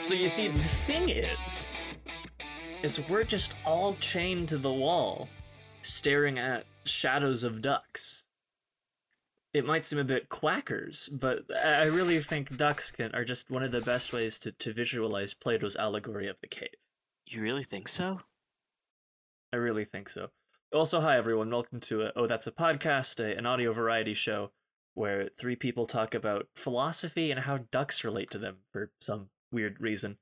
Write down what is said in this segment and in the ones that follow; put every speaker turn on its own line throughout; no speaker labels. So you see, the thing is, is we're just all chained to the wall, staring at shadows of ducks. It might seem a bit quackers, but I I really think ducks can, are just one of the best ways to, to visualize Plato's allegory of the cave.
You really think so?
I really think so. Also, hi everyone, welcome to a, oh that's a podcast, a, an audio variety show where three people talk about philosophy and how ducks relate to them for some weird reason.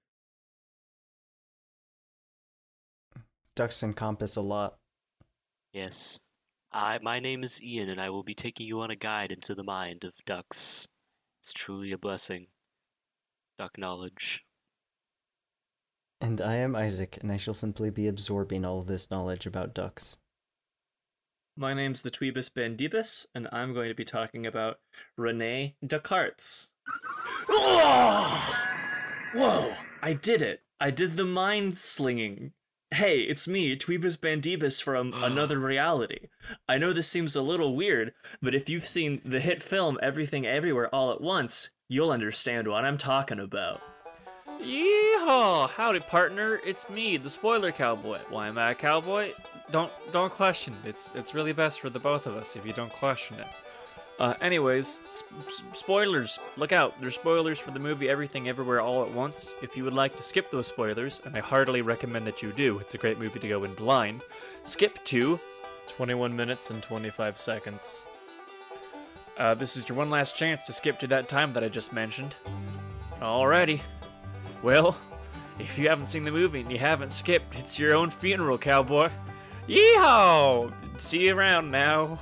Ducks encompass a lot.
Yes. I, my name is Ian, and I will be taking you on a guide into the mind of ducks. It's truly a blessing. Duck knowledge.
And I am Isaac, and I shall simply be absorbing all of this knowledge about ducks.
My name's the Tweebus Bandibus, and I'm going to be talking about Rene Descartes. Whoa! I did it! I did the mind slinging. Hey, it's me, Tweebus Bandibus from Another Reality. I know this seems a little weird, but if you've seen the hit film Everything Everywhere All at Once, you'll understand what I'm talking about.
Yeehaw! Howdy, partner. It's me, the spoiler cowboy. Why am I a cowboy? Don't don't question. it. It's it's really best for the both of us if you don't question it. Uh, anyways, sp- sp- spoilers. Look out! There's spoilers for the movie Everything Everywhere All at Once. If you would like to skip those spoilers, and I heartily recommend that you do, it's a great movie to go in blind. Skip to 21 minutes and 25 seconds. Uh, this is your one last chance to skip to that time that I just mentioned. Alrighty. Well, if you haven't seen the movie and you haven't skipped, it's your own funeral, cowboy. Yeehaw! See you around now.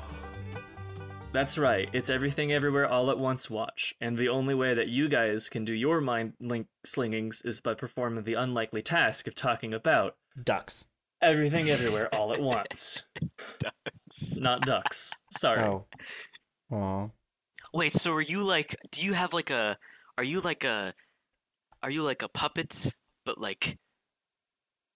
That's right. It's everything everywhere all at once watch. And the only way that you guys can do your mind link slingings is by performing the unlikely task of talking about
Ducks.
everything everywhere all at once.
Ducks.
Not ducks. Sorry.
Oh. Aw.
Wait, so are you like do you have like a are you like a are you like a puppet but like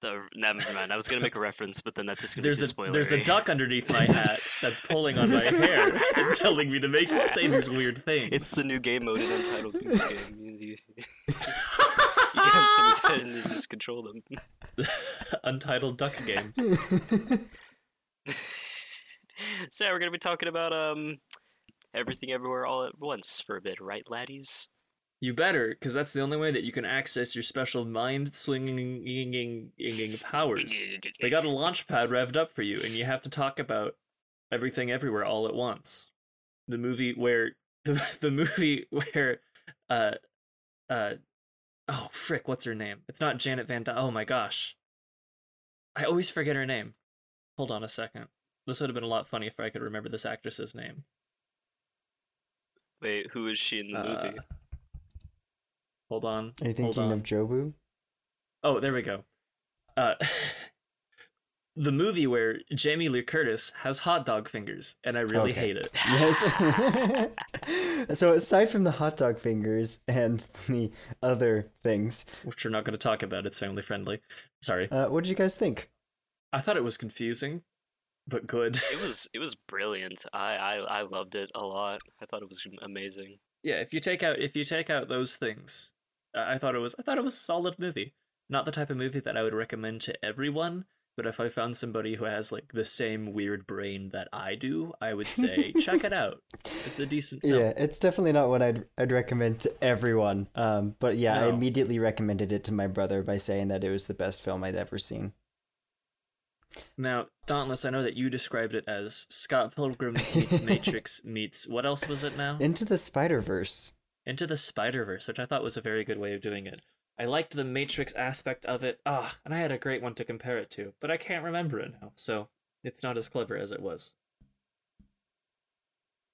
the never mind. I was gonna make a reference, but then that's just gonna
There's
be
a
too spoilery.
there's a duck underneath my hat that's pulling on my hair and telling me to make it say these weird things.
It's the new game mode in Untitled Goose Game. You, you, you get on someone's head and you just control them.
Untitled Duck Game.
So yeah, we're gonna be talking about um everything everywhere all at once for a bit, right, laddies?
You better, because that's the only way that you can access your special mind slinging powers. They got a launch pad revved up for you, and you have to talk about everything everywhere all at once. The movie where the the movie where uh uh oh frick, what's her name? It's not Janet Van Dyne. Oh my gosh. I always forget her name. Hold on a second. This would have been a lot funny if I could remember this actress's name.
Wait, who is she in the
Uh,
movie?
Hold on.
Are you
hold
thinking
on.
of Jobu?
Oh, there we go. Uh, the movie where Jamie Lee Curtis has hot dog fingers, and I really
Okay.
hate it.
Yes. so aside from the hot dog fingers and the other things,
Which we're not going to talk about. It's family friendly. Sorry.
uh, what did you guys think?
I thought it was confusing, but good.
It was it was brilliant. I, I I loved it a lot. I thought it was amazing.
yeah, if you take out if you take out those things, I I thought it was I thought it was a solid movie. Not the type of movie that I would recommend to everyone, but if I found somebody who has like the same weird brain that I do, I would say check it out. It's a decent film.
Yeah, it's definitely not what I'd I'd recommend to everyone. Um, but yeah,
No.
I immediately recommended it to my brother by saying that it was the best film I'd ever seen.
Now, Dauntless, I know that you described it as Scott Pilgrim meets Matrix meets what else was it now?
Into the Spider Verse.
Into the Spider Verse, which I thought was a very good way of doing it. I liked the Matrix aspect of it. Ah, and I had a great one to compare it to, but I can't remember it now, so it's not as clever as it was.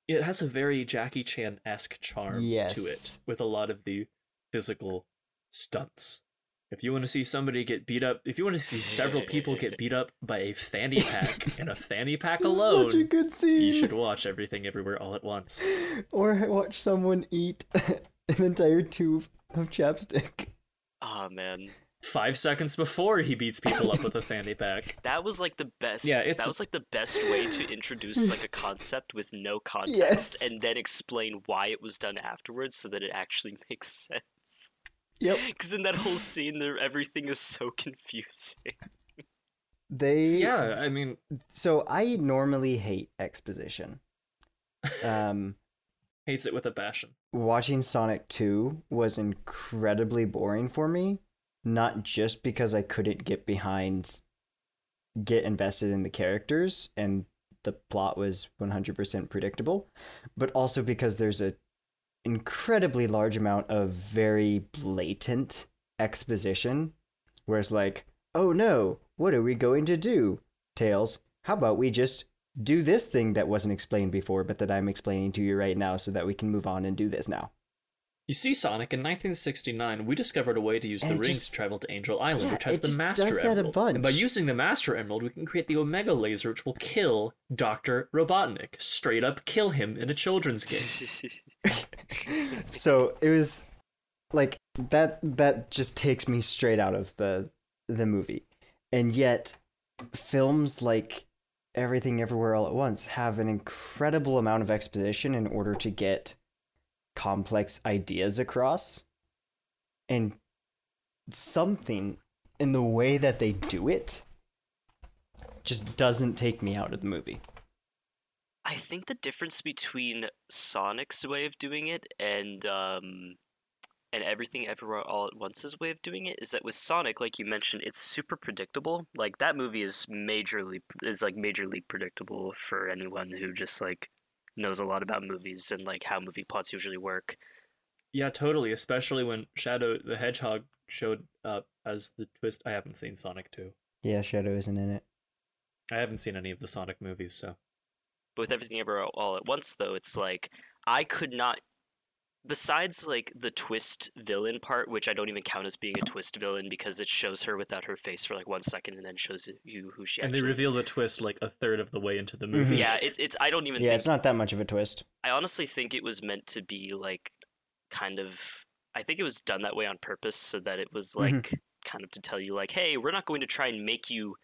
It has a very Jackie Chan esque charm to it,
Yes.
with a lot of the physical stunts. If you want to see somebody get beat up, if you want to see several people get beat up by a fanny pack and a fanny pack alone,
Such a good scene.
you should watch everything everywhere all at once.
or watch someone eat an entire tube of chapstick.
Oh man,
five seconds before he beats people up with a fanny pack.
that was like the best.
Yeah, it's-
that was like the best way to introduce like a concept with no context,
Yes.
and then explain why it was done afterwards, so that it actually makes sense.
Yep.
Because in that whole scene, there everything is so confusing.
They
Yeah, I mean,
so I normally hate exposition. Um
hates it with a passion.
watching Sonic 2 was incredibly boring for me, not just because I couldn't get behind, get invested in the characters, and the plot was 100% predictable, but also because there's a incredibly large amount of very blatant exposition, where it's like, oh no, what are we going to do? Tails, how about we just do this thing that wasn't explained before, but that I'm explaining to you right now so that we can move on and do this now.
You see, Sonic, in 1969, we discovered a way to use
And
the
it
rings
just-
to travel to Angel Island,
Yeah,
which has
it
the
just
Master
does that a
Emerald. And by
bunch.
using the Master Emerald, we can create the Omega Laser, which will kill Doctor Robotnik. Straight up, kill him in a children's game.
so it was like that that just takes me straight out of the the movie. And yet films like Everything Everywhere All at Once have an incredible amount of exposition in order to get complex ideas across. And something in the way that they do it just doesn't take me out of the movie.
I think the difference between Sonic's way of doing it and um and everything everywhere all at once's way of doing it is that with Sonic, like you mentioned, it's super predictable. Like that movie is majorly is like majorly predictable for anyone who just like knows a lot about movies and like how movie plots usually work.
yeah, totally. Especially when Shadow the Hedgehog showed up as the twist. I haven't seen Sonic 2.
Yeah, Shadow isn't in it.
I haven't seen any of the Sonic movies, so.
But with everything ever all at once though, it's like I could not besides like the twist villain part, which I don't even count as being a twist villain because it shows her without her face for like one second and then shows you who she
and
actually
they
is.
reveal the twist like a third of the way into the movie.
yeah, it's it's. I don't even
Mm-hmm. Yeah,
think.
it's not that much of a twist.
I honestly think it was meant to be like, kind of. I think it was done that way on purpose so that it was like
Mhm.
kind of to tell you like, hey, we're not going to try and make you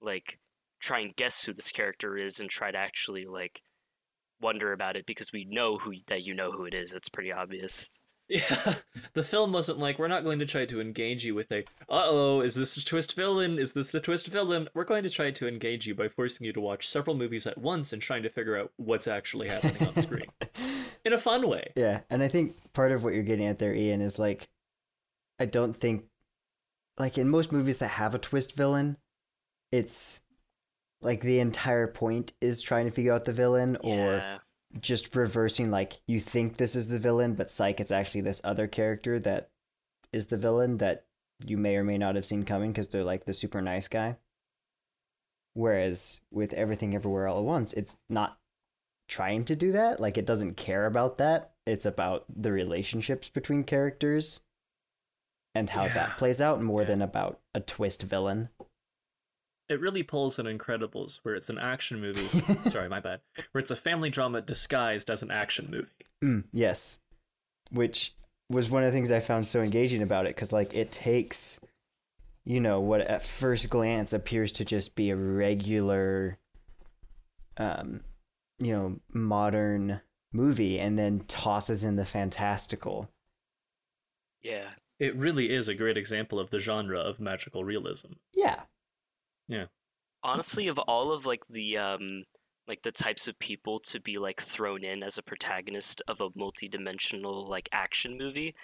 like try and guess who this character is and try to actually like wonder about it because we know who that you know who it is. It's pretty obvious.
Yeah, the film wasn't like we're not going to try to engage you with a uh oh, is this a twist villain? Is this the twist villain? We're going to try to engage you by forcing you to watch several movies at once and trying to figure out what's actually happening on screen in a fun way.
Yeah, and I think part of what you're getting at there, Ian, is like, I don't think, like in most movies that have a twist villain, it's like the entire point is trying to figure out the villain or
yeah.
just reversing, like, you think this is the villain, but psych, it's actually this other character that is the villain that you may or may not have seen coming because they're like the super nice guy. Whereas with Everything Everywhere All at Once, it's not trying to do that. Like it doesn't care about that. It's about the relationships between characters and how
Yeah.
that plays out more
Yeah.
than about a twist villain.
It really pulls an Incredibles, where it's an action movie. sorry, my bad. Where it's a family drama disguised as an action movie.
Mm, yes. Which was one of the things I found so engaging about it because, like, it takes, you know, what at first glance appears to just be a regular, um, you know, modern movie and then tosses in the fantastical.
Yeah.
It really is a great example of the genre of magical realism.
Yeah.
honestly of all of like the um like the types of people to be like thrown in as a protagonist of a multi-dimensional like action movie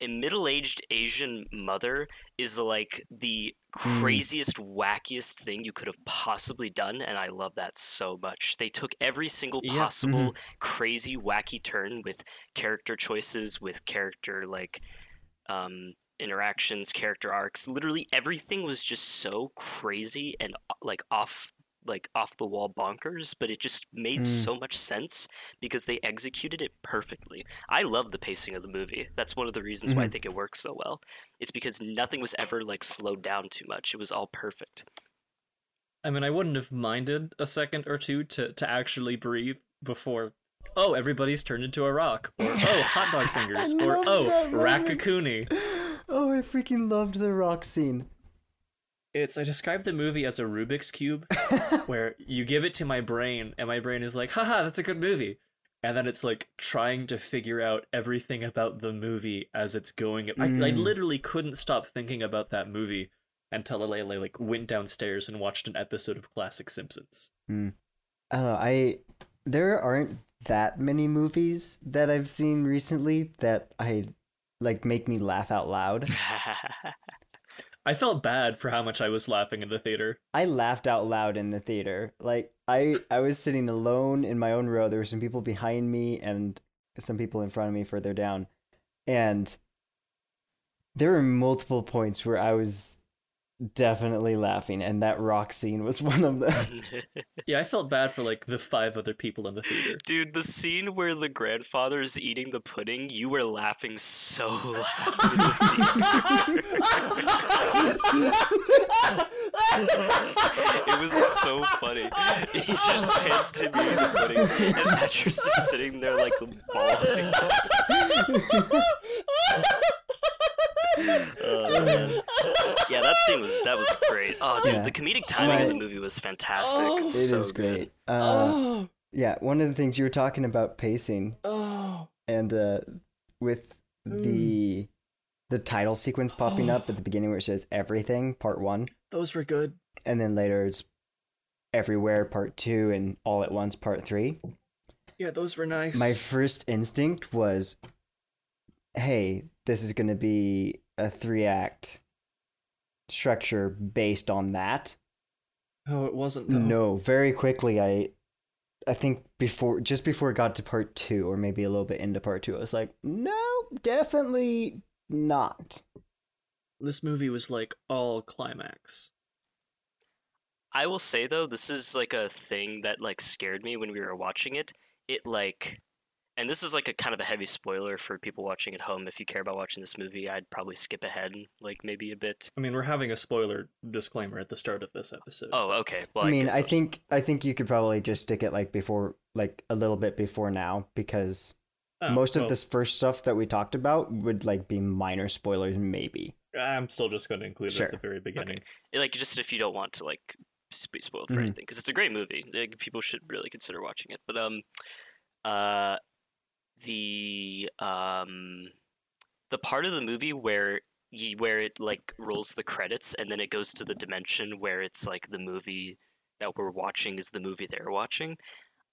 a middle-aged asian mother is like the
Mm.
craziest wackiest thing you could have possibly done and i love that so much they took every single
Yeah, mhm.
possible crazy wacky turn with character choices with character like um interactions character arcs literally everything was just so crazy and uh, like off like off the wall bonkers but it just made
Mm.
so much sense because they executed it perfectly i love the pacing of the movie that's one of the reasons why i
Mhm.
think it works so well it's because nothing was ever like slowed down too much it was all perfect
I mean, I wouldn't have minded a second or two to, to actually breathe before. Oh, everybody's turned into a rock. Or, oh, hot dog fingers.
I
or,
loved
oh,
that moment.
Rakakuni.
Oh, I freaking loved the rock scene.
It's, I describe the movie as a Rubik's Cube, where you give it to my brain, and my brain is like, haha, that's a good movie. and then it's like trying to figure out everything about the movie as it's going. I, I
Mm.
literally couldn't stop thinking about that movie until Alele like went downstairs and watched an episode of Classic Simpsons.
I don't know. I there aren't that many movies that I've seen recently that I like make me laugh out loud.
I felt bad for how much I was laughing in the theater.
I laughed out loud in the theater. Like I I was sitting alone in my own row. There were some people behind me and some people in front of me further down. And there were multiple points where I was definitely laughing and that rock scene was one of them.
Yeah, I felt bad for like the five other people in the theater.
Dude, the scene where the grandfather is eating the pudding, you were laughing so loud. in the theater. it was so funny. He just pans to me eating the pudding, and Thatcher's just sitting there like bawling. Oh, man. Yeah, that scene was that was great. Oh, dude,
Yeah.
the comedic timing of the
Right.
movie was fantastic.
Oh. It
It is
so good.
great. Uh,
oh,
Yeah, one of the things you were talking about pacing
oh,
and uh, with the the title sequence popping up at the beginning where it says everything part one,
those were good.
and then later it's everywhere part two and all at once part three.
Yeah, those were nice.
My first instinct was, hey, this is going to be a three act structure based on that.
oh, it wasn't. Though.
No, very quickly I I think before just before it got to part 2 or maybe a little bit into part 2 I was like, "No, definitely not."
this movie was like all climax.
I will say though, this is like a thing that like scared me when we were watching it. It like, and this is like a kind of a heavy spoiler for people watching at home. If you care about watching this movie, I'd probably skip ahead like maybe a bit.
I mean, we're having a spoiler disclaimer at the start of this episode.
Oh, okay. Well,
I mean,
guess
I
I'll just-
think I think you could probably just stick it like before like a little bit before now because
Oh,
most of
well,
this first stuff that we talked about would like be minor spoilers maybe.
I'm still just going to include it
Sure.
at the very beginning.
it, like just if you don't want to like s- be spoiled for
Mhm.
anything because it's a great movie like, people should really consider watching it but um uh the um the part of the movie where you where it like rolls the credits and then it goes to the dimension where it's like the movie that we're watching is the movie they're watching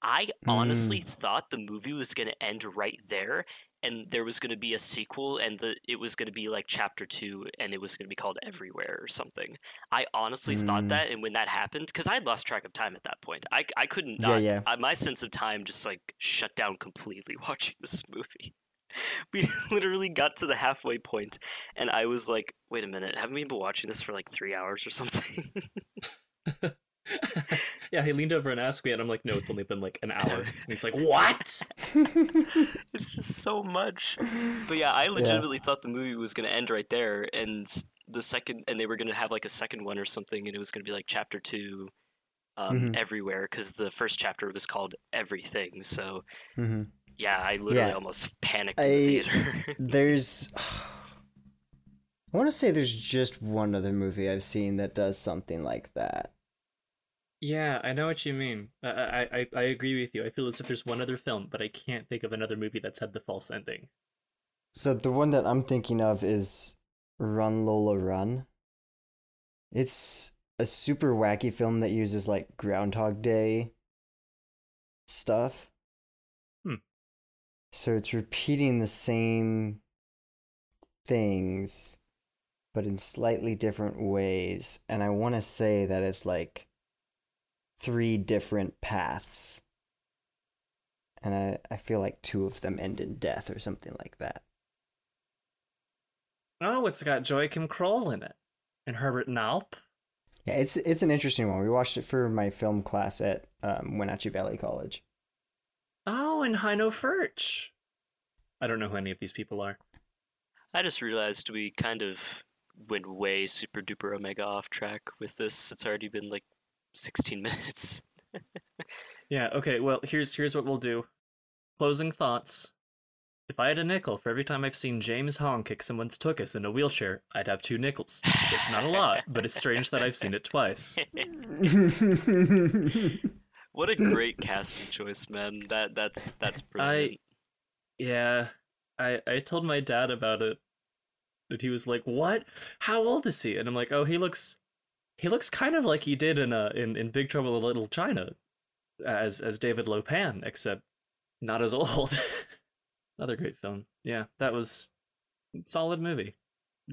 i honestly thought the movie was going to end right there and there was going to be a sequel and the it was going to be like chapter 2 and it was going to be called everywhere or something i honestly thought
Mm.
that and when that happened cuz i had lost track of time at that point i i couldn't
Yeah,
not,
yeah.
I, my sense of time just like shut down completely watching this movie we literally got to the halfway point and i was like wait a minute haven't we been watching this for like 3 hours or something
yeah, he leaned over and asked me, and I'm like, no, it's only been like an hour. And he's like, what?
it's just so much. But yeah, I legitimately thought the movie was going to end right there, and the second, and they were going to have like a second one or something, and it was going to be like chapter two, um,
Mhm.
everywhere, because the first chapter was called Everything. So
Mhm.
yeah, I literally
Yeah.
almost panicked in the
I-
theater.
There's. I want to say there's just one other movie I've seen that does something like that.
Yeah, I know what you mean. I, I, I, I agree with you. I feel as if there's one other film, but I can't think of another movie that's had the false ending.
So the one that I'm thinking of is Run Lola Run. It's a super wacky film that uses like Groundhog Day stuff.
Hmm.
So it's repeating the same things, but in slightly different ways. And I want to say that it's like three different paths. And I, I feel like two of them end in death or something like that.
Oh, it's got Joachim Kroll in it, and Herbert Knaup.
Yeah, it's it's an interesting one. We watched it for my film class at um, Wenatchee Valley College.
Oh, and Heino Furch. I don't know who any of these people are.
I just realized we kind of went way super duper omega off track with this. It's already been like 16 minutes.
Yeah, okay, well here's here's what we'll do. Closing thoughts. If I had a nickel for every time I've seen James Hong kick someone's tuchus in a wheelchair, I'd have two nickels.
Mm-hmm,
It's not a lot, but it's strange that I've seen it twice.
What a great casting choice, man. That that's that's brilliant.
Yeah, I I told my dad about it, and he was like, "What? How old is he?" And I'm like, "Oh, he looks, he looks kind of like he did in uh in, in Big Trouble in Little China, as as David Lopan, except not as old." Another great film. Yeah, that was solid movie,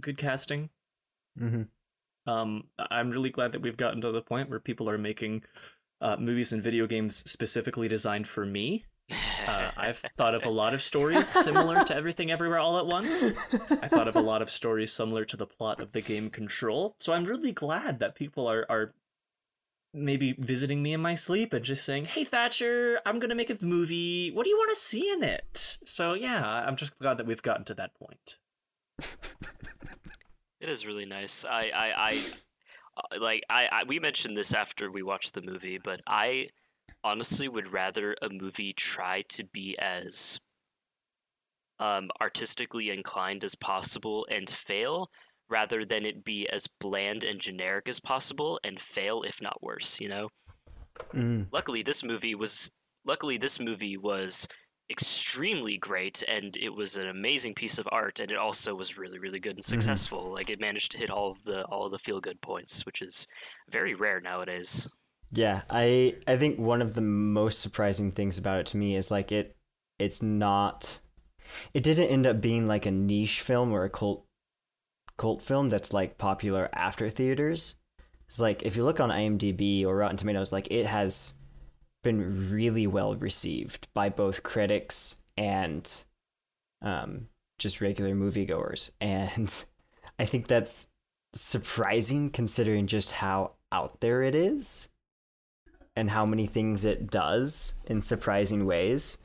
good casting.
Mm-hmm.
Um, I- I'm really glad that we've gotten to the point where people are making uh, movies and video games specifically designed for me. Uh, I've thought of a lot of stories similar to Everything Everywhere All at Once. I thought of a lot of stories similar to the plot of the game Control. So I'm really glad that people are are maybe visiting me in my sleep and just saying, "Hey Thatcher, I'm gonna make a movie. What do you want to see in it?" So yeah, I'm just glad that we've gotten to that point.
It is really nice. I I, I uh, like I, I we mentioned this after we watched the movie, but I honestly would rather a movie try to be as um, artistically inclined as possible and fail rather than it be as bland and generic as possible and fail if not worse, you know?
Mm.
luckily this movie was luckily this movie was extremely great and it was an amazing piece of art and it also was really really good and successful like it managed to hit all of the all of the feel good points which is very rare nowadays
Yeah, I I think one of the most surprising things about it to me is like it it's not it didn't end up being like a niche film or a cult cult film that's like popular after theaters. It's like if you look on IMDb or Rotten Tomatoes, like it has been really well received by both critics and um just regular moviegoers and I think that's surprising considering just how out there it is and how many things it does in surprising ways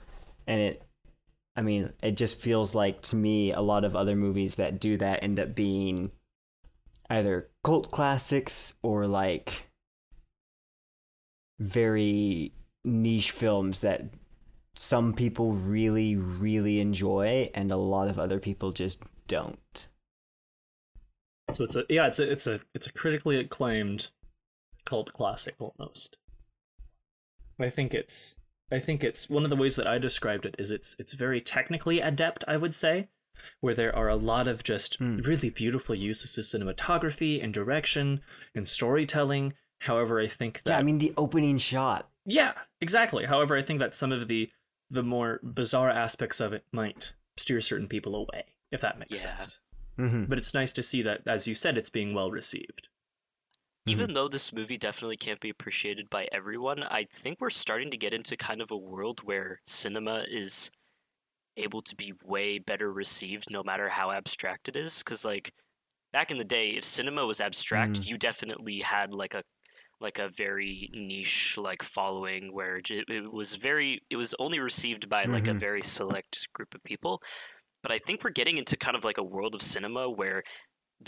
and it i mean it just feels like to me a lot of other movies that do that end up being either cult classics or like very niche films that some people really really enjoy and a lot of other people just don't
So it's a yeah, it's a it's a it's a critically acclaimed cult classic almost. I think it's I think it's one of the ways that I described it is it's it's very technically adept, I would say, where there are a lot of just
Hmm.
really beautiful uses of cinematography and direction and storytelling. However, I think that
yeah i mean the opening shot
yeah, exactly. However, I think that some of the the more bizarre aspects of it might steer certain people away, if that makes
Yeah.
sense.
mm-hmm.
But it's nice to see that, as you said, it's being well received.
even though this movie definitely can't be appreciated by everyone i think we're starting to get into kind of a world where cinema is able to be way better received no matter how abstract it is because like back in the day if cinema was abstract you definitely had like a like a very niche like following where j- it was very it was only received by like a
Mhm.
very select group of people but i think we're getting into kind of like a world of cinema where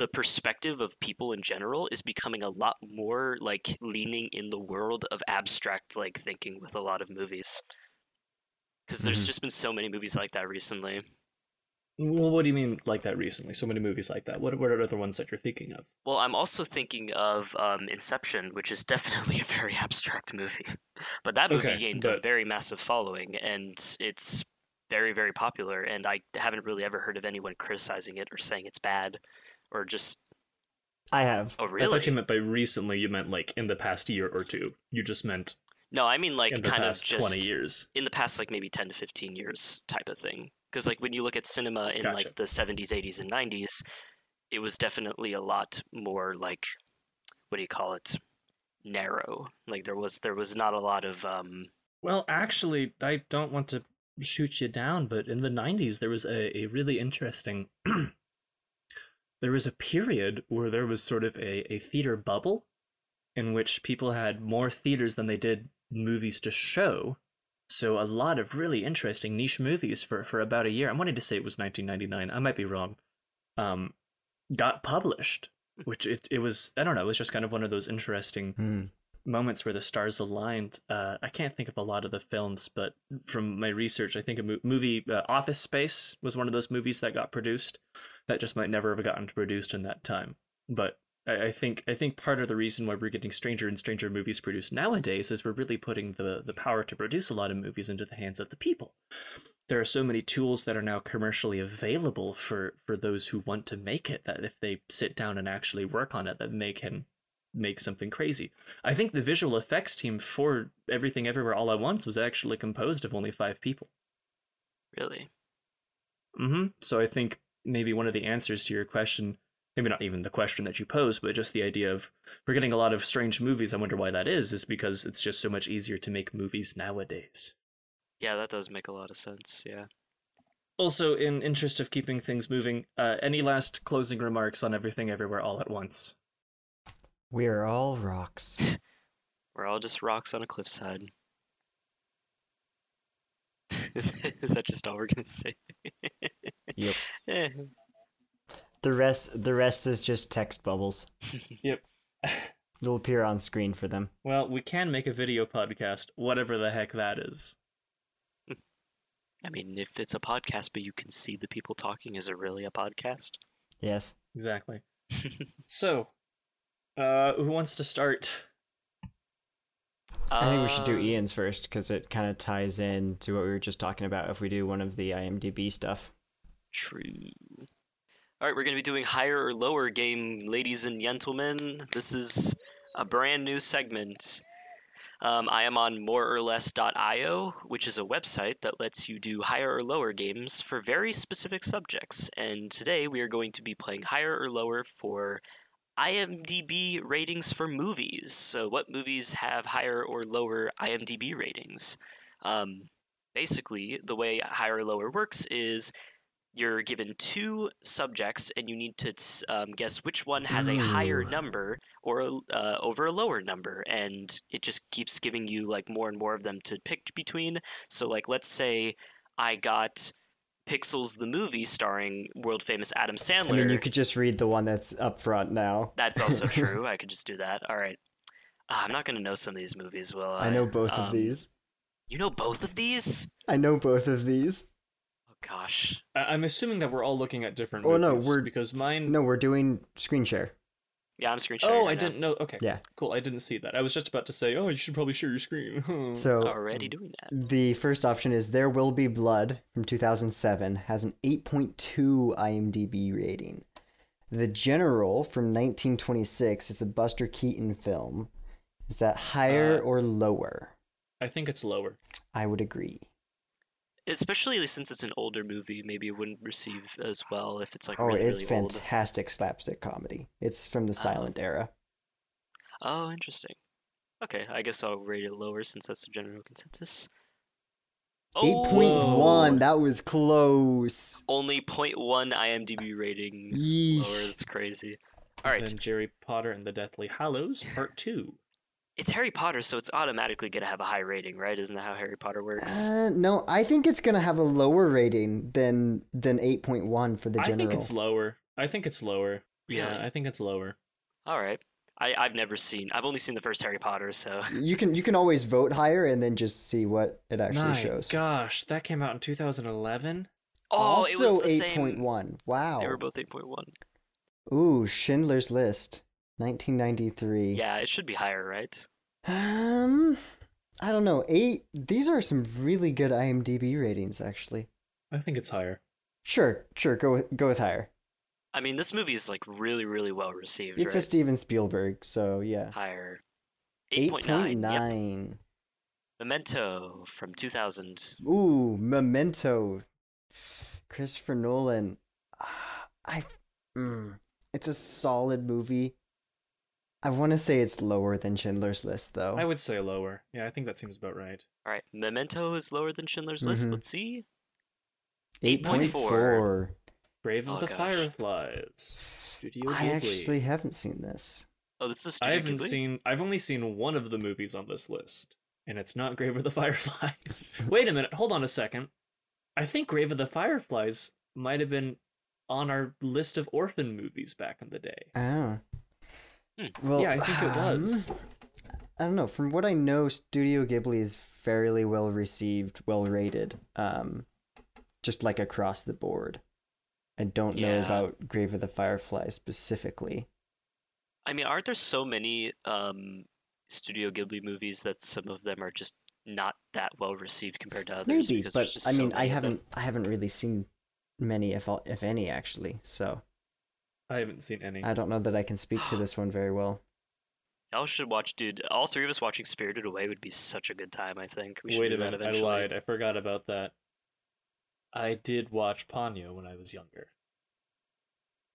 the perspective of people in general is becoming a lot more like leaning in the world of abstract like thinking with a lot of movies because there's
Mm-hmm.
Mhm.
just been so many movies like that recently
Well, what do you mean like that recently? So many movies like that. What what are the ones that you're thinking of?
Well, I'm also thinking of um, Inception, which is definitely a very abstract movie. But that movie
Okay,
gained a
but-
very massive following, and it's very, very popular. And I haven't really ever heard of anyone criticizing it or saying it's bad, or just
i have
oh
I
really?
thought you meant by recently. You meant like in the past year or two. You just meant
No, I mean like
in the
kind of
past
just
twenty years.
in the past like maybe 10 to 15 years type of thing because like when you look at cinema in
Gotcha.
like the 70s 80s and 90s it was definitely a lot more like what do you call it narrow like there was there was not a lot of um
Well, actually, I don't want to shoot you down, but in the '90s there was a, a really interesting. there was a period where there was sort of a, a theater bubble, in which people had more theaters than they did movies to show. So a lot of really interesting niche movies for for about a year. I wanted to say it was 1999. I might be wrong. Um, got published, which it it was. I don't know. It was just kind of one of those interesting
Mm.
moments where the stars aligned. Uh, I can't think of a lot of the films, but from my research, I think a mo- movie uh, Office Space was one of those movies that got produced that just might never have gotten produced in that time. But I, I think I think part of the reason why we're getting stranger and stranger movies produced nowadays is we're really putting the the power to produce a lot of movies into the hands of the people. There are so many tools that are now commercially available for for those who want to make it that if they sit down and actually work on it that they can make something crazy. I think the visual effects team for Everything Everywhere All at Once was actually composed of only 5 people.
Really?
Mm-hmm. So I think maybe one of the answers to your question, maybe not even the question that you posed, but just the idea of we're getting a lot of strange movies. I wonder why that is, is because it's just so much easier to make movies nowadays.
Yeah, that does make a lot of sense. Yeah.
Also, in interest of keeping things moving, uh, any last closing remarks on Everything Everywhere All at Once?
We're all rocks.
We're all just rocks on a cliffside. is, is that just all we're going to say?
Yep.
Eh,
The rest the rest is just text bubbles.
Yep.
It'll appear on screen for them.
Well, we can make a video podcast, whatever the heck that is.
I mean, if it's a podcast, but you can see the people talking, is it really a podcast?
Yes.
Exactly. so, uh, who wants to start?
I think we should do
Um,
Ian's first because it kind of ties in to what we were just talking about if we do one of the IMDb stuff.
True. All right, we're going to be doing higher or lower game, ladies and gentlemen. This is a brand new segment. Um, I am on moreorless.io, which is a website that lets you do higher or lower games for very specific subjects. And today we are going to be playing higher or lower for IMDb ratings for movies. So, what movies have higher or lower IMDb ratings? Um, basically, the way higher or lower works is you're given two subjects and you need to t- um, guess which one has a higher
Ooh.
number or a l- uh, over a lower number and it just keeps giving you like more and more of them to pick between so like let's say i got pixels the movie starring world famous adam sandler
I mean, you could just read the one that's up front now.
that's also true i could just do that all right Ah, i'm not going to know some of these movies well
I know both of
Um,
these.
you know both of these
I know both of these.
oh gosh
I- I'm assuming that we're all looking at different.
Oh, no,
movies,
we're-
because
mm.
mine.
No, we're doing screen share.
yeah i'm screen sharing
Oh,
right
I
now.
didn't know. Okay,
Yeah.
cool. I didn't see that. I was just about to say, oh, you should probably share your screen.
So
already doing that
the first option is There Will Be Blood from 2007 has an 8.2 IMDb rating. The General from 1926, it's a Buster Keaton film. Is that higher
Uh,
or lower?
I think it's lower.
I would agree.
especially since it's an older movie maybe it wouldn't receive as well if it's like
oh,
really,
it's
really old.
fantastic slapstick comedy. It's from
Uh,
the silent era.
Oh, interesting. Okay, I guess I'll rate it lower since that's the general consensus.
8.1,
Oh,
that was close.
Only 0.1 IMDb rating lower.
Yeesh.
That's crazy. All right,
Then Jerry Potter and the Deathly Hallows, Part Two.
it's Harry Potter, so it's automatically gonna have a high rating, right? Isn't that how Harry Potter works?
Uh, no, I think it's gonna have a lower rating than than 8.1 for the
I
general.
think it's lower. I think it's lower.
Really?
Yeah, I think it's lower.
All right. I, I've never seen. I've only seen the first Harry Potter, so
You can you can always vote higher and then just see what it actually
My
shows.
gosh, that came out in 2011.
oh,
also
it was the
eight point
same.
one. Wow.
They were both eight point one.
Ooh, Schindler's List, nineteen ninety three.
Yeah, it should be higher, right?
Um, I don't know. Eight. These are some really good IMDb ratings, actually.
I think it's higher.
Sure, sure. Go with, go with higher.
I mean, this movie is like really, really well received.
It's a
right?
Steven Spielberg, so yeah.
higher.
Eight
8.9. Yep.
nine.
Memento from 2000.
Ooh, Memento. Christopher Nolan. Ah, I. Mm, it's a solid movie. I want to say it's lower than Schindler's List, though.
I would say lower. Yeah, I think that seems about right.
All right, Memento is lower than Schindler's List.
Mhm.
Let's see.
8.4.
8.4.
Brave and
Oh,
the
gosh.
Fireflies. Studio
I
Ghibli.
actually haven't seen this.
Oh, this
I
is Studio
haven't
Ghibli?
seen. I've only seen one of the movies on this list, and it's not Grave of the Fireflies. Wait a minute. Hold on a second. I think Grave of the Fireflies might have been on our list of orphan movies back in the day.
Oh.
Hmm.
Well,
yeah, I think it was.
um, I don't know. From what I know, Studio Ghibli is fairly well received, well rated, um, just like across the board. I don't know
Yeah.
about Grave of the Fireflies specifically.
I mean, aren't there so many um, Studio Ghibli movies that some of them are just not that well received compared to others?
Maybe,
because
but
there's just
I
so
mean, I
many of them?
haven't I haven't really seen many, if all- if any, actually. So
I haven't seen any.
I don't know that I can speak to this one very well.
Y'all should watch, dude. All three of us watching Spirited Away would be such a good time. I think we should
Wait
do
a minute,
that eventually.
I lied. I forgot about that. I did watch Ponyo when I was younger.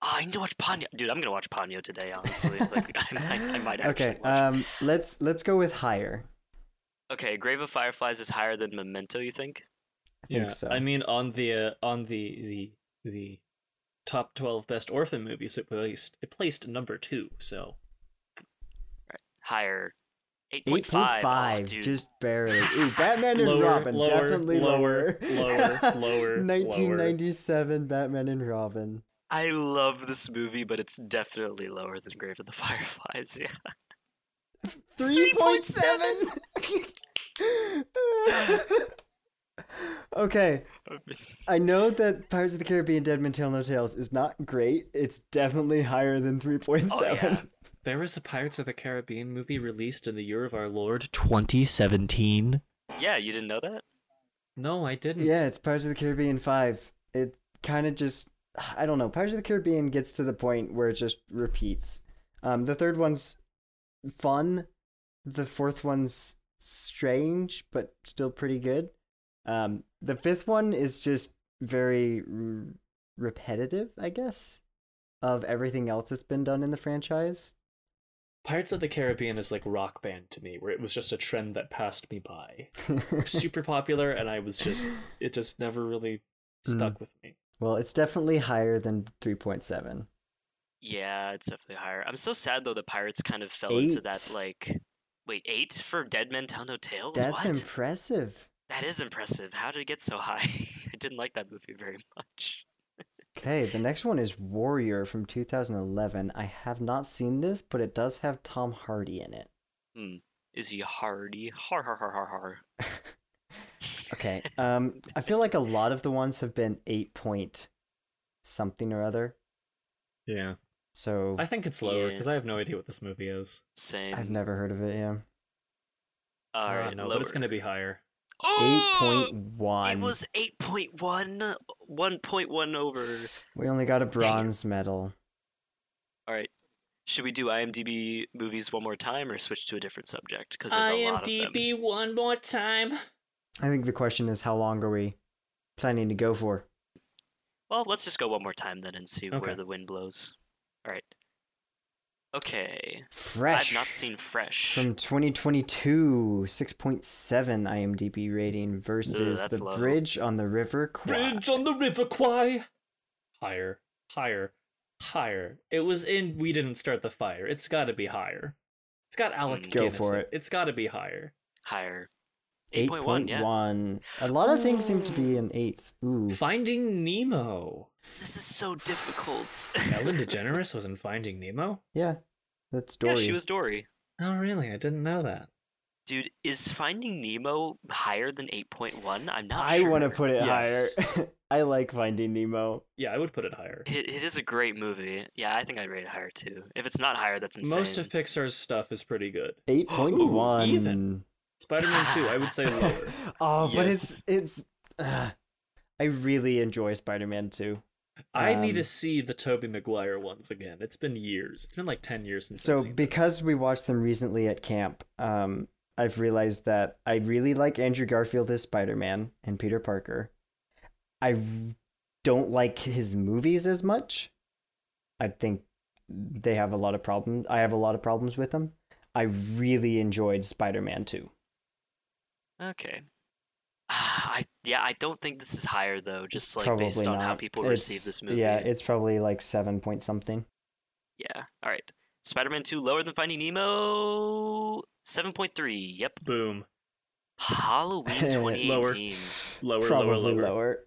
Oh, I need to watch Ponyo, dude. I'm gonna watch Ponyo today. Honestly, like I might, I might actually
okay,
watch.
um, let's let's go with higher.
okay, Grave of Fireflies is higher than Memento. You think?
I think so.
I mean, on the uh, on the the the top twelve best orphan movies, it placed it placed number two. So
Higher. Eight
Eight
point five. Oh, dude.
just barely. Ooh, Batman and
Lower,
Robin,
lower,
definitely
lower,
lower,
lower, lower, lower.
1997 Batman and Robin.
I love this movie, but it's definitely lower than Grave of the Fireflies. Yeah.
3.7. okay, I know that Pirates of the Caribbean: Dead Man Tell No Tales is not great. It's definitely higher than 3.7.
Oh, yeah.
there was a Pirates of the Caribbean movie released in the year of our Lord twenty seventeen.
yeah, you didn't know that?
No, I didn't.
Yeah, it's Pirates of the Caribbean 5. It kind of just I don't know. Pirates of the Caribbean gets to the point where it just repeats. Um the third one's fun. The fourth one's strange but still pretty good. Um the fifth one is just very r- repetitive, I guess, of everything else that's been done in the franchise.
Pirates of the Caribbean is like rock band to me, where it was just a trend that passed me by. Super popular, and I was just it just never really stuck with me.
well, it's definitely higher than 3.7.
Yeah, it's definitely higher. I'm so sad though. The pirates kind of fell into that
Eight.
like. Wait, eight for Dead Men Tell No Tales?
That's
what?
impressive.
that is impressive. How did it get so high? I didn't like that movie very much.
Okay, the next one is Warrior from 2011. I have not seen this, but it does have Tom Hardy in it.
Is he hardy? Har har har har har.
Okay. Um I feel like a lot of the ones have been 8 point something or other.
Yeah,
So
I think it's lower
Yeah.
because I have no idea what this movie is.
Same.
I've never heard of it, yeah.
All
I
right,
don't know, but it's gonna be higher.
Oh!
8.1.
It was 8.1, 1.1 over.
We only got a
it.
bronze medal.
All right. Should we do IMDb movies one more time or switch to a different subject? Because there's a lot of them.
one more time.
I think the question is how long are we planning to go for?
Well, let's just go one more time then and see
Okay.
where the wind blows. All right. Okay.
Fresh.
I've not seen Fresh.
From 2022, 6.7 IMDb rating versus
that's
The
low.
Bridge on the River Kwai.
Bridge on the River Kwai. Higher, higher, higher. It was in. We didn't start the fire. It's got to be higher. It's got Alec.
Mm. Go
Guinness
for
in
it.
It's got to be higher.
Higher. 8.1, yeah.
8.1. A lot of things seem to be in eights. Ooh.
Finding Nemo.
This is so difficult.
Ellen DeGeneres was in Finding Nemo.
Yeah. That's
yeah,
Dory.
she was Dory.
Oh, really? I didn't know that.
Dude, is Finding Nemo higher than 8.1? I'm not
I
sure.
want to put it
Yes.
higher. I like Finding Nemo.
Yeah, I would put it higher.
It, it is a great movie. Yeah, I think I'd rate it higher too. If it's not higher, that's insane.
Most of Pixar's stuff is pretty good.
8.1.
even. Spider-Man 2, I would say lower.
oh, but
Yes.
it's it's uh, I really enjoy Spider-Man 2.
I need to
Um,
see the Toby Maguire ones again. It's been years. It's been like 10 years since I've
So
seen
because
those.
we watched them recently at camp, um I've realized that I really like Andrew Garfield as Spider-Man and Peter Parker. I r- don't like his movies as much. I think they have a lot of problems. I have a lot of problems with them. I really enjoyed Spider-Man 2.
Okay. I yeah, I don't think this is higher though. Just like based on how people receive
It's-
this movie.
Yeah, it's probably like 7 point something.
Yeah. All right. Spider-Man Two lower than Finding Nemo. Seven point three. Yep.
boom,
Halloween
Lower.
twenty eighteen.
lower,
probably
lower, lower.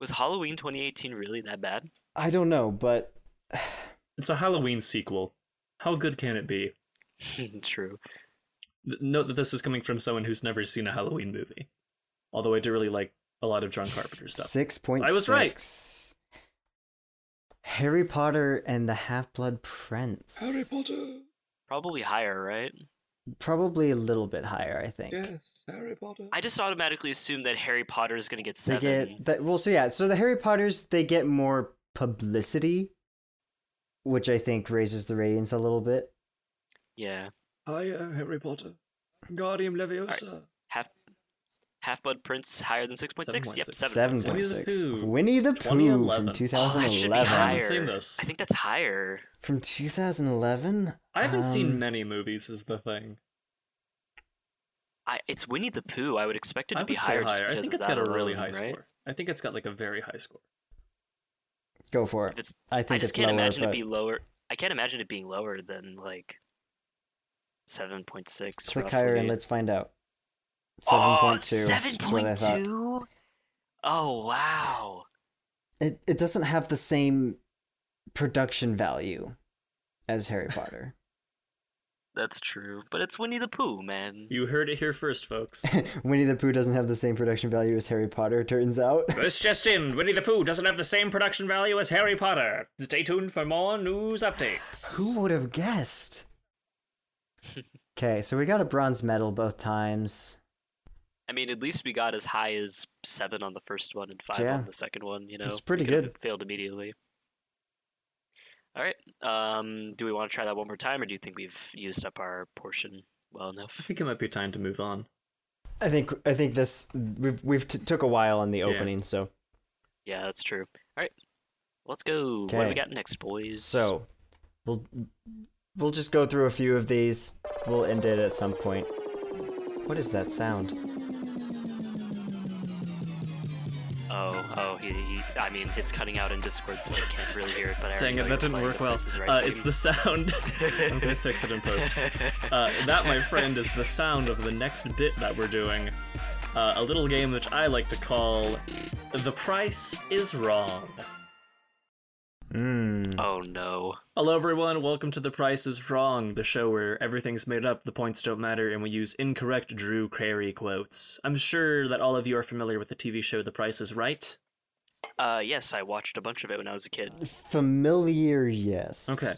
Was Halloween twenty eighteen really that bad?
I don't know, but
It's a Halloween sequel. How good can it be?
True.
Th- Note that this is coming from someone who's never seen a Halloween movie. Although I do really like a lot of John Carpenter stuff.
6.6.
I was right.
Harry Potter and the Half Blood Prince.
Potter.
Probably higher, right?
Probably a little bit higher, I think.
Harry Potter.
I just automatically assume that Harry Potter is gonna get
They
seven.
get that. Well, so yeah, so the Harry Potters they get more publicity, which I think raises the ratings a little bit.
Yeah,
I am Harry Potter. Guardian Leviosa.
half half Blood Prince higher than six point six. Yep,
7.6.
seven point
Winnie the
six.
Pooh.
Winnie the Pooh
2011.
from
Oh, that should
2011.
be
I haven't
higher.
seen this.
I think that's higher.
from 2011.
I haven't seen
Um,
many movies. Is the thing.
I, it's Winnie the Pooh. I would expect it to
I
be
would say
higher. just
higher. I
because
think
of
it's got
that
a really high
alone, right?
score. I think it's got like a very high score.
Go for
If
it.
it's,
I
I,
think
just
it's
can't
lower,
imagine
but
it be lower. I can't imagine it being lower than like seven point six.
click higher and let's find out. 7.2.
Oh, Seven
That's what I
point
thought.
two. Oh wow.
It it doesn't have the same production value as Harry Potter.
That's true, but it's Winnie the Pooh, man.
You
Mm-hmm.
heard it here first, folks.
Winnie the Pooh doesn't have the same production value as Harry Potter. Turns out.
This just in: Winnie the Pooh doesn't have the same production value as Harry Potter. Stay tuned for more news updates.
Who would have guessed? Okay, so we got a bronze medal both times.
I mean, at least we got as high as seven on the first one and five
Yeah.
on the second one. You know,
That's
We
pretty
could have
good.
Failed immediately. All right. Um, do we want to try that one more time, or do you think we've used up our portion well
I
enough?
think it might be time to move on.
I think I think this we've we've t- took a while on the
Yeah.
opening, so
Yeah, that's true. All right, let's go. What do
Okay.
we got next, boys?
so we'll we'll just go through a few of these. We'll end it at some point. What is that sound?
Oh, oh, he, he, I mean, it's cutting out in Discord, so I can't really hear it. But I already
Dang
know
it,
you're
that didn't
playing
work well.
This Is Right
Uh,
game.
it's the sound. I'm gonna fix it in post. Uh, that, my friend, is the sound of the next bit that we're doing. Uh, a little game which I like to call The Price is Wrong. Uh,
Mm.
Oh no.
Hello, everyone. Welcome to The Price is Wrong, the show where everything's made up, the points don't matter, and we use incorrect Drew Carey quotes. I'm sure that all of you are familiar with the TV show The Price is Right.
Uh, yes, I watched a bunch of it when I was a kid.
Familiar, yes.
Okay.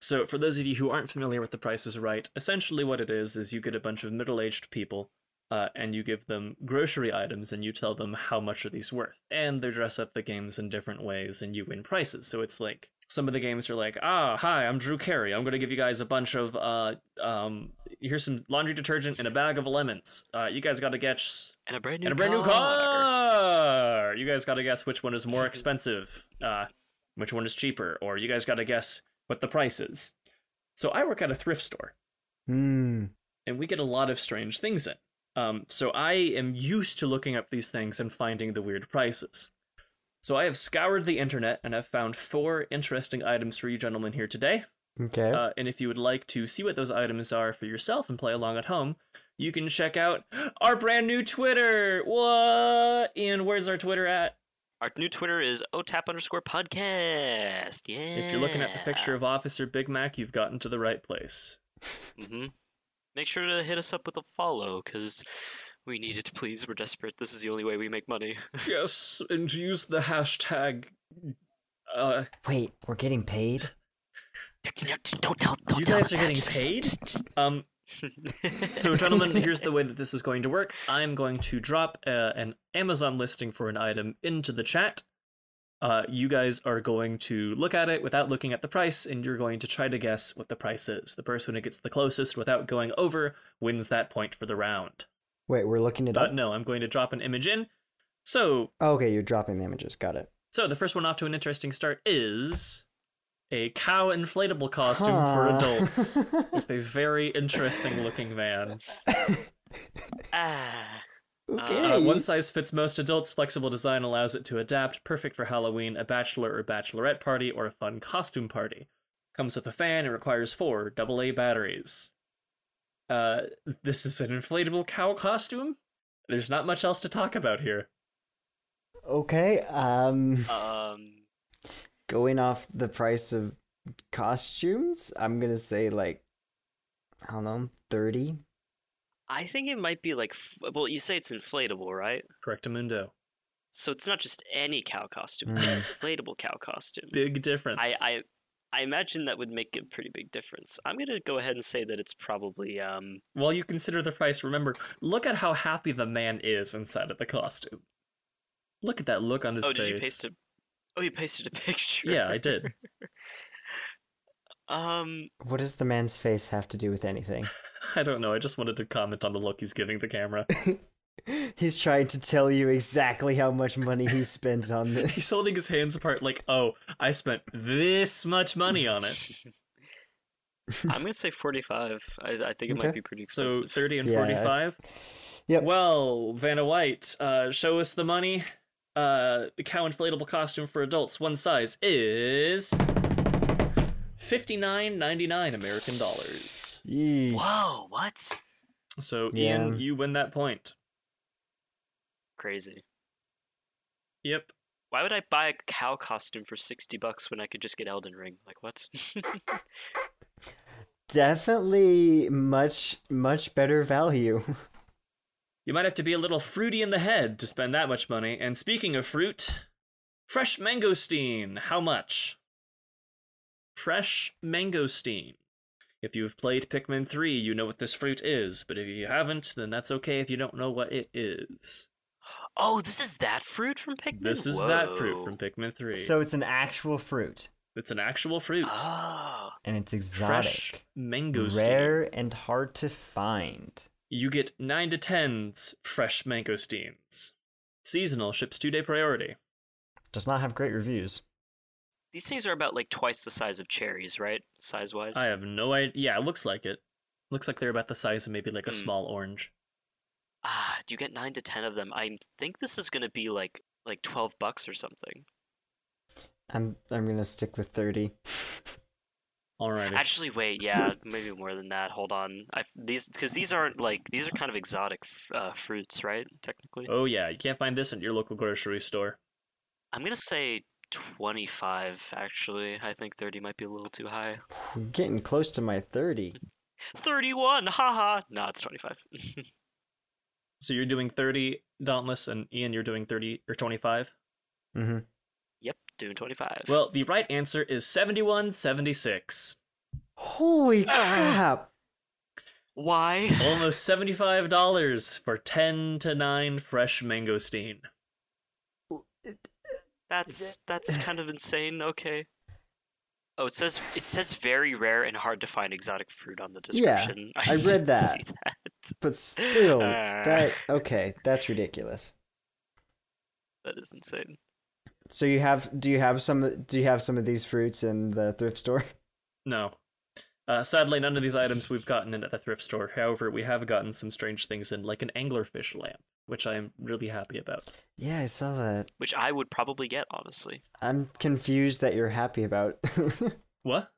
So, for those of you who aren't familiar with The Price is Right, essentially what it is is you get a bunch of middle aged people uh, and you give them grocery items and you tell them how much are these worth. And they dress up the games in different ways and you win prizes. So, it's like some of the games are like, ah, hi, I'm Drew Carey. I'm going to give you guys a bunch of, uh, um, here's some laundry detergent and a bag of lemons. Uh, you guys got to guess
And a brand new
and a brand new car. You guys got to guess which one is more expensive, uh, which one is cheaper, or you guys got to guess what the price is. So I work at a thrift store,
Hmm.
and we get a lot of strange things in. Um, so I am used to looking up these things and finding the weird prices. So I have scoured the internet and have found four interesting items for you gentlemen here today.
Okay.
Uh, and if you would like to see what those items are for yourself and play along at home, you can check out our brand new Twitter. What? And where's our Twitter at?
Our new Twitter is otap underscore podcast. Yeah.
If you're looking at the picture of Officer Big Mac, you've gotten to the right place.
hmm Make sure to hit us up with a follow, because we need it, please. We're desperate. This is the only way we make money.
yes, and use the hashtag. Uh,
Wait, we're getting paid.
Don't tell. Don't
you
tell
guys are
them that.
getting paid. Um, so gentlemen, here's the way that this is going to work. I'm going to drop uh, an Amazon listing for an item into the chat. Uh, you guys are going to look at it without looking at the price, and you're going to try to guess what the price is. The person who gets the closest without going over wins that point for the round.
Wait, we're looking it
Uh,
up.
no, I'm going to drop an image in. So,
Oh, okay, you're dropping the images. Got it.
so the first one off to an interesting start is a cow inflatable costume for
Huh.
adults with a very interesting looking man.
ah,
okay.
Uh, one size fits most adults. Flexible design allows it to adapt, perfect for Halloween, a bachelor or bachelorette party, or a fun costume party. Comes with a fan and requires four AA batteries. Uh, this is an inflatable cow costume. There's not much else to talk about here.
okay. Um.
um,
going off the price of costumes, I'm gonna say like I don't know, thirty.
I think it might be like. f- Well, you say it's inflatable, right?
Correctamundo.
So it's not just any cow costume; it's an inflatable cow costume.
Mm. Big difference.
I, I I imagine that would make a pretty big difference. I'm gonna go ahead and say that it's probably um
While you consider the price, remember, look at how happy the man is inside of the costume. Look at that look on his
oh
face.
did you paste a oh you pasted a picture
Yeah, I did.
um
What does the man's face have to do with anything?
I don't know. I just wanted to comment on the look he's giving the camera.
He's trying to tell you exactly how much money he spends on
He's
this.
holding his hands apart, like, "Oh, I spent this much money on it."
I'm gonna say 45. I, I think it might
Okay.
be pretty
So
expensive.
thirty and
Yeah, I-
forty-five.
Yep.
Well, Vanna White, uh, show us the money. Uh, the cow inflatable costume for adults, one size is fifty-nine ninety-nine American dollars.
Yeesh.
Whoa! What?
So
Yeah.
Ian, you win that point.
Crazy.
Yep.
Why would I buy a cow costume for 60 bucks when I could just get Elden Ring? Like what?
Definitely much, much better value.
You might have to be a little fruity in the head to spend that much money. And speaking of fruit, fresh mangosteen. How much? Fresh mangosteen. If you've played Pikmin 3, you know what this fruit is, but if you haven't, then that's okay if you don't know what it is.
oh, this is that fruit from Pikmin.
This is that fruit
Whoa.
from Pikmin 3.
So it's an actual fruit,
it's an actual fruit.
Oh.
and it's
fresh
exotic,
mangosteen.
rare, and hard to find.
You get 9 to 10s fresh mangosteens. Seasonal ships 2-day priority.
Does not have great reviews.
These things are about like twice the size of cherries, right? Size wise.
I have no idea. Yeah, it looks like it. Looks like they're about the size of maybe like a
Hmm.
small orange.
Ah, you get 9 to 10 of them. I think this is going to be like like 12 bucks or something.
I'm, I'm gonna stick with thirty.
All right.
Actually, wait, yeah, maybe more than that. Hold on. I these cuz these aren't like these are kind of exotic f- uh, fruits, right? Technically.
Oh yeah, you can't find this at your local grocery store.
I'm gonna say 25, actually. I think 30 might be a little too high.
We're getting close to my thirty.
31! Haha! No, it's 25.
So you're doing 30 Dauntless and Ian you're doing 30 or 25?
Mm-hmm.
yep, doing 25.
Well, the right answer is 7176.
Holy crap!
why?
Almost $75 for 10 to 9 fresh mangosteen.
That's that's kind of insane. Okay. Oh, it says it says very rare and hard to find exotic fruit on the
Yeah,
description.
I read
didn't
that.
see that.
But still,
Ah.
that okay, that's ridiculous.
That is insane.
So you have? Do you have some? Do you have some of these fruits in the thrift store?
No. Uh, sadly, none of these items we've gotten in at the thrift store. However, we have gotten some strange things in, like an anglerfish lamp, which I am really happy about.
Yeah, I saw that.
Which I would probably get, honestly.
I'm confused that you're happy about.
What?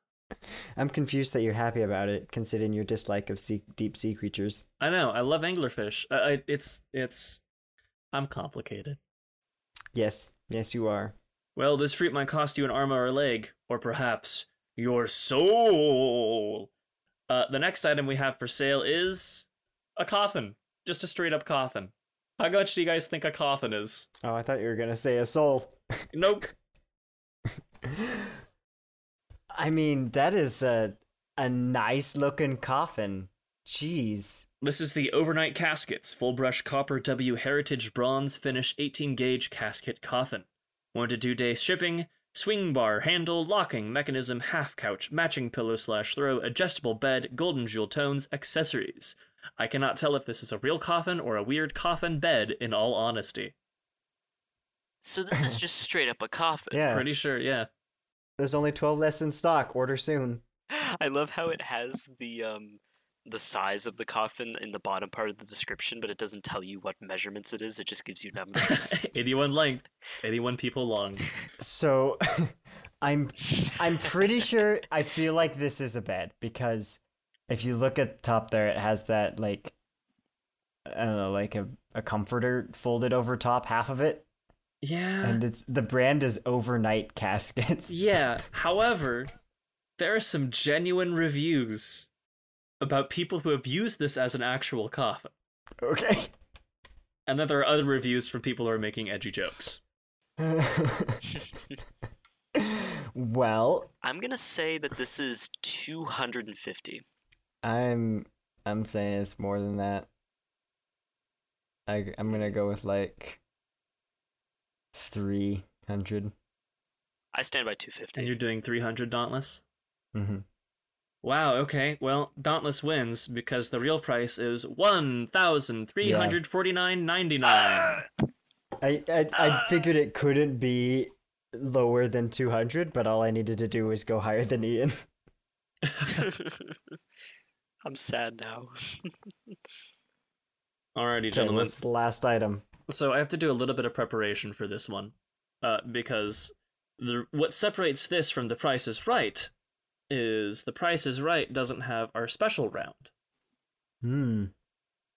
I'm confused that you're happy about it, considering your dislike of sea- deep sea creatures.
I know. I love anglerfish. I, I, it's it's. I'm complicated.
Yes, yes, you are.
Well, this fruit might cost you an arm or a leg, or perhaps your soul. Uh, the next item we have for sale is a coffin. Just a straight up coffin. How much do you guys think a coffin is?
Oh, I thought you were gonna say a soul.
Nope.
I mean, that is a a nice looking coffin. Jeez.
This is the Overnight Caskets Full Brush Copper W Heritage Bronze Finish 18 gauge casket coffin. One to two day shipping, swing bar, handle, locking, mechanism, half couch, matching pillow slash throw, adjustable bed, golden jewel tones, accessories. I cannot tell if this is a real coffin or a weird coffin bed, in all honesty.
So this is just straight up a coffin.
Yeah.
Pretty sure, yeah.
There's only 12 less in stock. Order soon.
I love how it has the um the size of the coffin in the bottom part of the description, but it doesn't tell you what measurements it is. It just gives you numbers.
81 length, it's 81 people long.
So I'm I'm pretty sure I feel like this is a bed because if you look at the top there it has that like I don't know, like a, a comforter folded over top half of it.
Yeah.
And it's the brand is overnight caskets.
Yeah. However, there are some genuine reviews about people who have used this as an actual coffin.
Okay.
And then there are other reviews from people who are making edgy jokes.
well,
I'm gonna say that this is 250.
I'm I'm saying it's more than that. I I'm gonna go with like three hundred.
I stand by
And
250.
you're doing 300 Dauntless?
Mm-hmm.
Wow, okay. Well, Dauntless wins because the real price is 1349.99.
Ah!
I I, I figured it couldn't be lower than two hundred, but all I needed to do was go higher than Ian.
I'm sad now.
Alrighty,
Okay,
gentlemen.
what's the last item?
So I have to do a little bit of preparation for this one, uh, because the what separates this from the Price is Right is the Price is Right doesn't have our special round,
Hmm.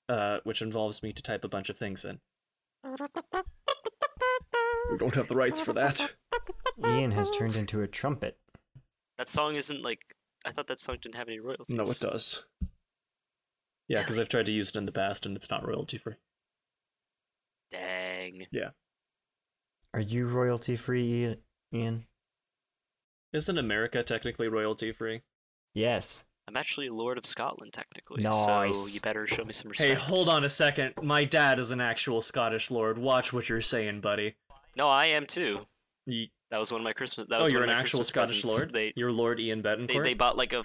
uh, which involves me to type a bunch of things in. We don't have the rights for that.
Ian has turned into a trumpet.
That song isn't like. I thought that song didn't have any royalties.
does. Yeah, because I've tried to use it in the past and it's not royalty free.
Dang.
Are you royalty free, Ian?
Isn't America technically royalty free?
Yes.
I'm actually Lord of Scotland, technically. So
Nice.
you better show me some respect.
Hey, hold on a second. My dad is an actual Scottish lord. Watch what you're saying, buddy.
No, I am too.
Ye-
That was one of my Christmas. That
oh,
was
you're
one
an
of my
actual
Christmas
Scottish
presents.
lord.
They,
you're Lord Ian
they
Betancourt.
they bought like a,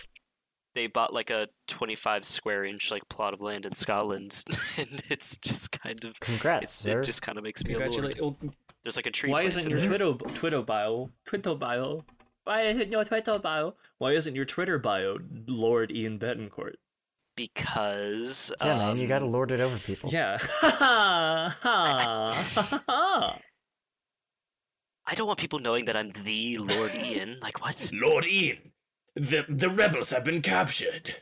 they bought like a 25 square inch like plot of land in Scotland, and it's just kind of.
Congrats,
It's,
sir.
it just kind of makes me a lord.
Congratulate. Well,
There's like a tree.
why
planted
isn't your
there.
Twitter Twitter bio Twitter bio? Why isn't your Twitter bio? Why isn't your Twitter bio Lord Ian Betancourt?
Because
yeah, man, you gotta
um,
lord it over people.
Yeah. Ha ha ha.
I don't want people knowing that I'm the Lord Ian. Like what?
Lord Ian, the the rebels have been captured.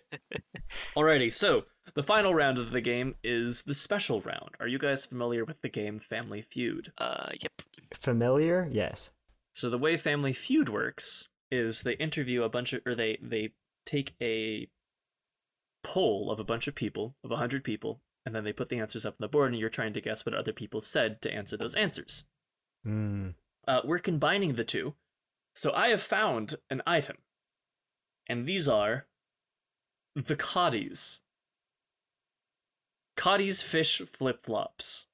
Alrighty, so the final round of the game is the special round. Are you guys familiar with the game Family Feud?
Uh, yep.
Familiar? Yes.
So the way Family Feud works is they interview a bunch of, or they they take a poll of a bunch of people, of a hundred people, and then they put the answers up on the board, and you're trying to guess what other people said to answer those answers.
Mm.
Uh, we're combining the two, so I have found an item, and these are the Coddies. Coddies fish flip flops,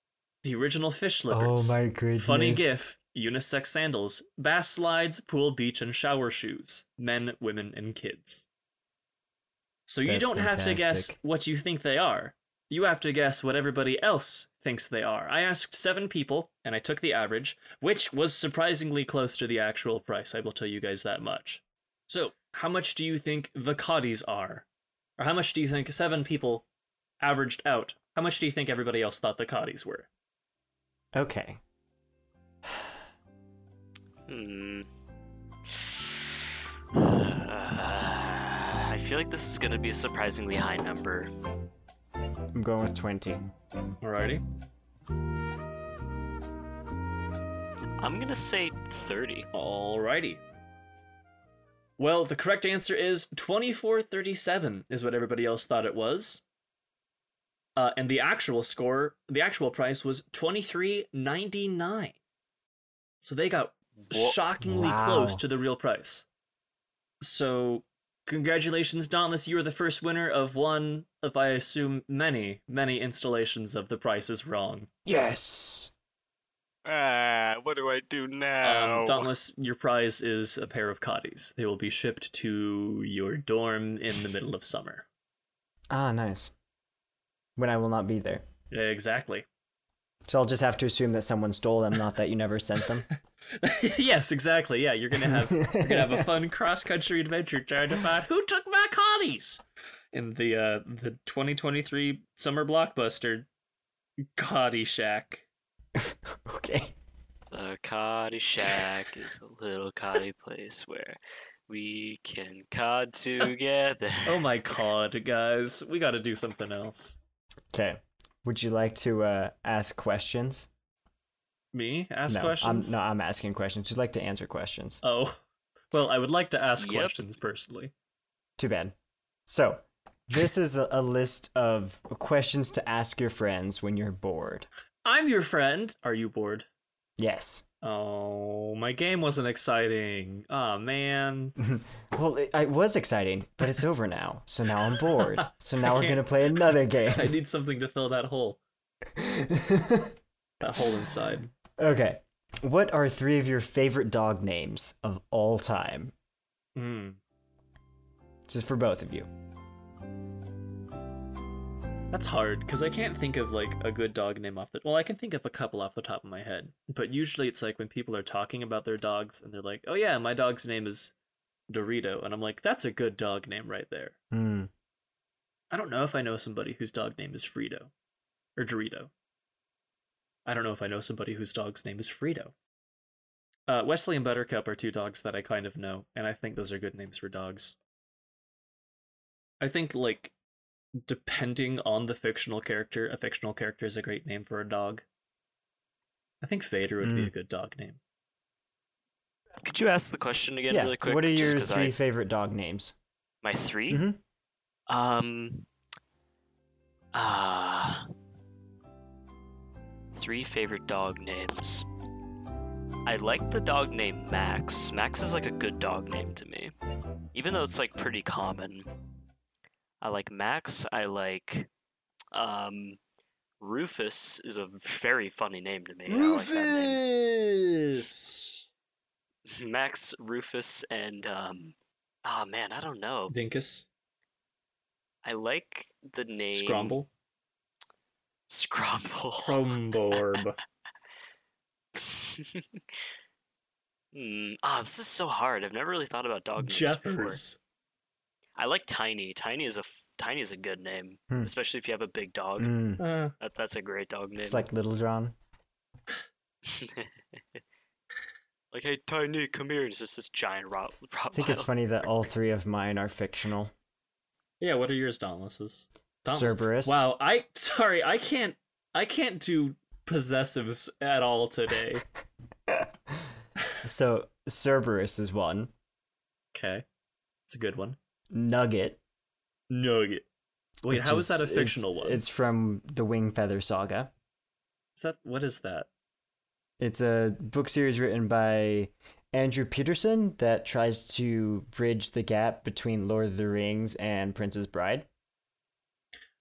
the original fish
Oh
slippers.
my goodness.
Funny GIF, unisex sandals, bass slides, pool, beach, and shower shoes. Men, women, and kids. So you
That's
don't have to guess
fantastic.
what you think they are. You have to guess what everybody else thinks they are. I asked seven people, and I took the average, which was surprisingly close to the actual price. I will tell you guys that much. So, how much do you think the Coddies are? Or how much do you think seven people averaged out? How much do you think everybody else thought the Coddies were?
Okay.
Hmm. Uh, I feel like this is gonna be a surprisingly high number.
I'm going with 20.
Alrighty.
I'm gonna say 30.
Alrighty. Well, the correct answer is 2437 is what everybody else thought it was. Uh, and the actual score, the actual price was 2399. So they got
Wha-
shockingly
Wow.
close to the real price. So congratulations, Dauntless. You are the first winner of one of, I assume, many, many installations of The Price is Wrong.
Yes!
Ah, what do I do now?
Um, Dauntless, your prize is a pair of coddies. They will be shipped to your dorm in the middle of summer.
Ah, nice. When I will not be there.
Exactly.
So I'll just have to assume that someone stole them, not that you never sent them.
yes, exactly. Yeah, you're gonna have you're gonna have a fun cross country adventure trying to find who took my coddies in the uh, the 2023 summer blockbuster, Coddy Shack.
okay.
The Coddy Shack is a little coddy place where we can cod together.
Oh my god, guys, we got to do something else.
Okay. Would you like to uh, ask questions?
Me ask
no,
questions.
I'm, no, I'm asking questions. You'd like to answer questions.
Oh, well, I would like to ask
Yep.
questions personally.
Too bad. So, this is a, a list of questions to ask your friends when you're bored.
I'm your friend. Are you bored?
Yes.
Oh, my game wasn't exciting. Oh man.
Well, it, it was exciting, but it's over now. So now I'm bored. So now we're
can't-
gonna play another game.
I need something to fill that hole. That hole inside.
okay. What are three of your favorite dog names of all time?
Hmm.
Just for both of you.
That's hard because I can't think of like a good dog name off the. Well, I can think of a couple off the top of my head, but usually it's like when people are talking about their dogs and they're like, "Oh yeah, my dog's name is Dorito," and I'm like, "That's a good dog name right there."
Hmm.
I don't know if I know somebody whose dog name is Frito or Dorito. I don't know if I know somebody whose dog's name is Frito. Uh, Wesley and Buttercup are two dogs that I kind of know, and I think those are good names for dogs. I think, like, depending on the fictional character, a fictional character is a great name for a dog. I think Vader would be
Mm.
a good dog name.
Could you ask the question again,
yeah.
really quick?
what are
just
your
'cause
three
I,
favorite dog names?
my 3
Mhm.
Um. Ah. three favorite dog names. I like the dog name Max. Max is like a good dog name to me, even though it's like pretty common. I like Max. I like. Um. Rufus is a very funny name to me. I like that name.
Rufus!
Max, Rufus, and um, oh man, I don't know.
Dinkus?
I like the name
Scrumble?
Scrumble.
Crumborb.
Hmm. Ah, this is so hard. I've never really thought about dog names before.
Jeffers.
I like Tiny. Tiny is a f- Tiny is a good name,
Hmm.
especially if you have a big dog.
Mm.
Uh,
That, that's a great dog name.
It's like Little John.
Like, hey, Tiny, come here. And it's just this giant rot.
I think it's funny that all three of mine are fictional.
Yeah, what are yours, Dauntlesses? Dauntless.
Cerberus.
Wow, I sorry, I can't I can't do possessives at all today.
So Cerberus is one.
okay. It's a good one.
Nugget.
Nugget. Wait,
which
how is that a
it's-
fictional one?
It's from the Wing Feather Saga.
Is that what is that?
It's a book series written by Andrew Peterson that tries to bridge the gap between Lord of the Rings and Princess Bride.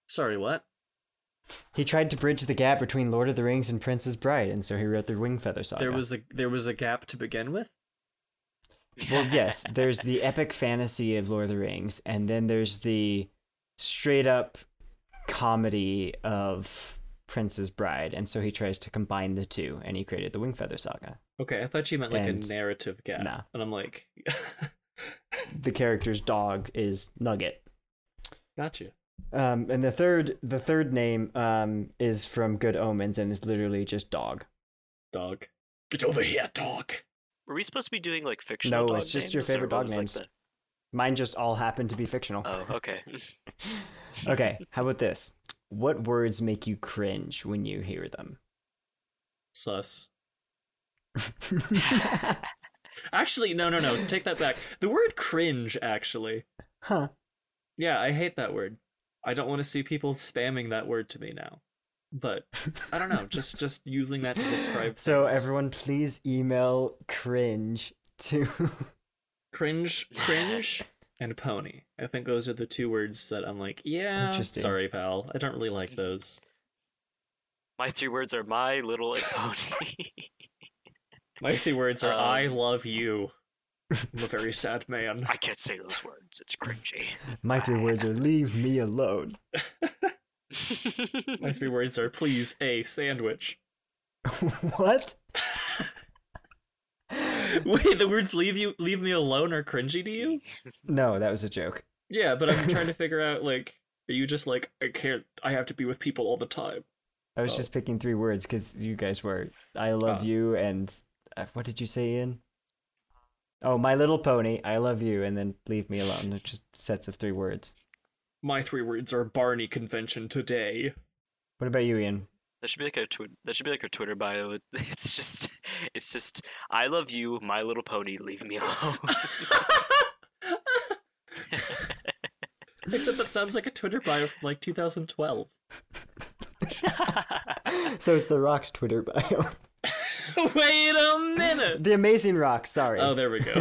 Sorry, what?
He tried to bridge the gap between Lord of the Rings and Princess Bride, and so he wrote the Wing Feather Saga.
There was a there was a gap to begin with?
well, yes, there's the epic fantasy of Lord of the Rings, and then there's the straight up comedy of Prince's Bride, and so he tries to combine the two, and he created the Wingfeather Saga.
Okay, I thought you meant like
And-
a narrative gap.
nah.
And I'm like
The character's dog is Nugget.
Gotcha.
Um, and the third, the third name um, is from Good Omens, and is literally just dog.
Dog. Get over here, dog.
Were we supposed to be doing like fictional?
No,
dog
it's just your
names, or
favorite
what
dog
was, like,
names. Mine just all happen to be fictional.
the- Oh, okay.
okay, how about this? What words make you cringe when you hear them?
Sus. Actually, no, no, no. Take that back. The word cringe actually
huh?
Yeah, I hate that word. I don't want to see people spamming that word to me now. But I don't know, just just using that to describe
So
things.
everyone, please email cringe to
cringe, cringe, and pony. I think those are the two words that I'm like, yeah,
Interesting.
sorry, pal. I don't really like those.
My three words are my little and pony.
My three words are
Um,
I love you. I'm a very sad man.
I can't say those words. It's cringy.
my three words are leave me alone
My three words are please a sandwich.
what
Wait, the words leave you leave me alone are cringy to you?
no that was a joke
Yeah, but I'm trying to figure out like, are you just like I can't? I have to be with people all the time.
i was
Oh.
just picking three words because you guys were i love
Oh.
you and uh, what did you say ian oh my little pony i love you and then leave me alone They're just sets of three words
My three words are Barney convention today.
what about you ian
that should be like a twi- that should be like our Twitter bio. It's just it's just I love you, My Little Pony. Leave me alone.
Except that sounds like a Twitter bio from like 2012.
So it's the Rock's Twitter bio.
Wait a minute.
the Amazing Rock. Sorry.
Oh, there we go.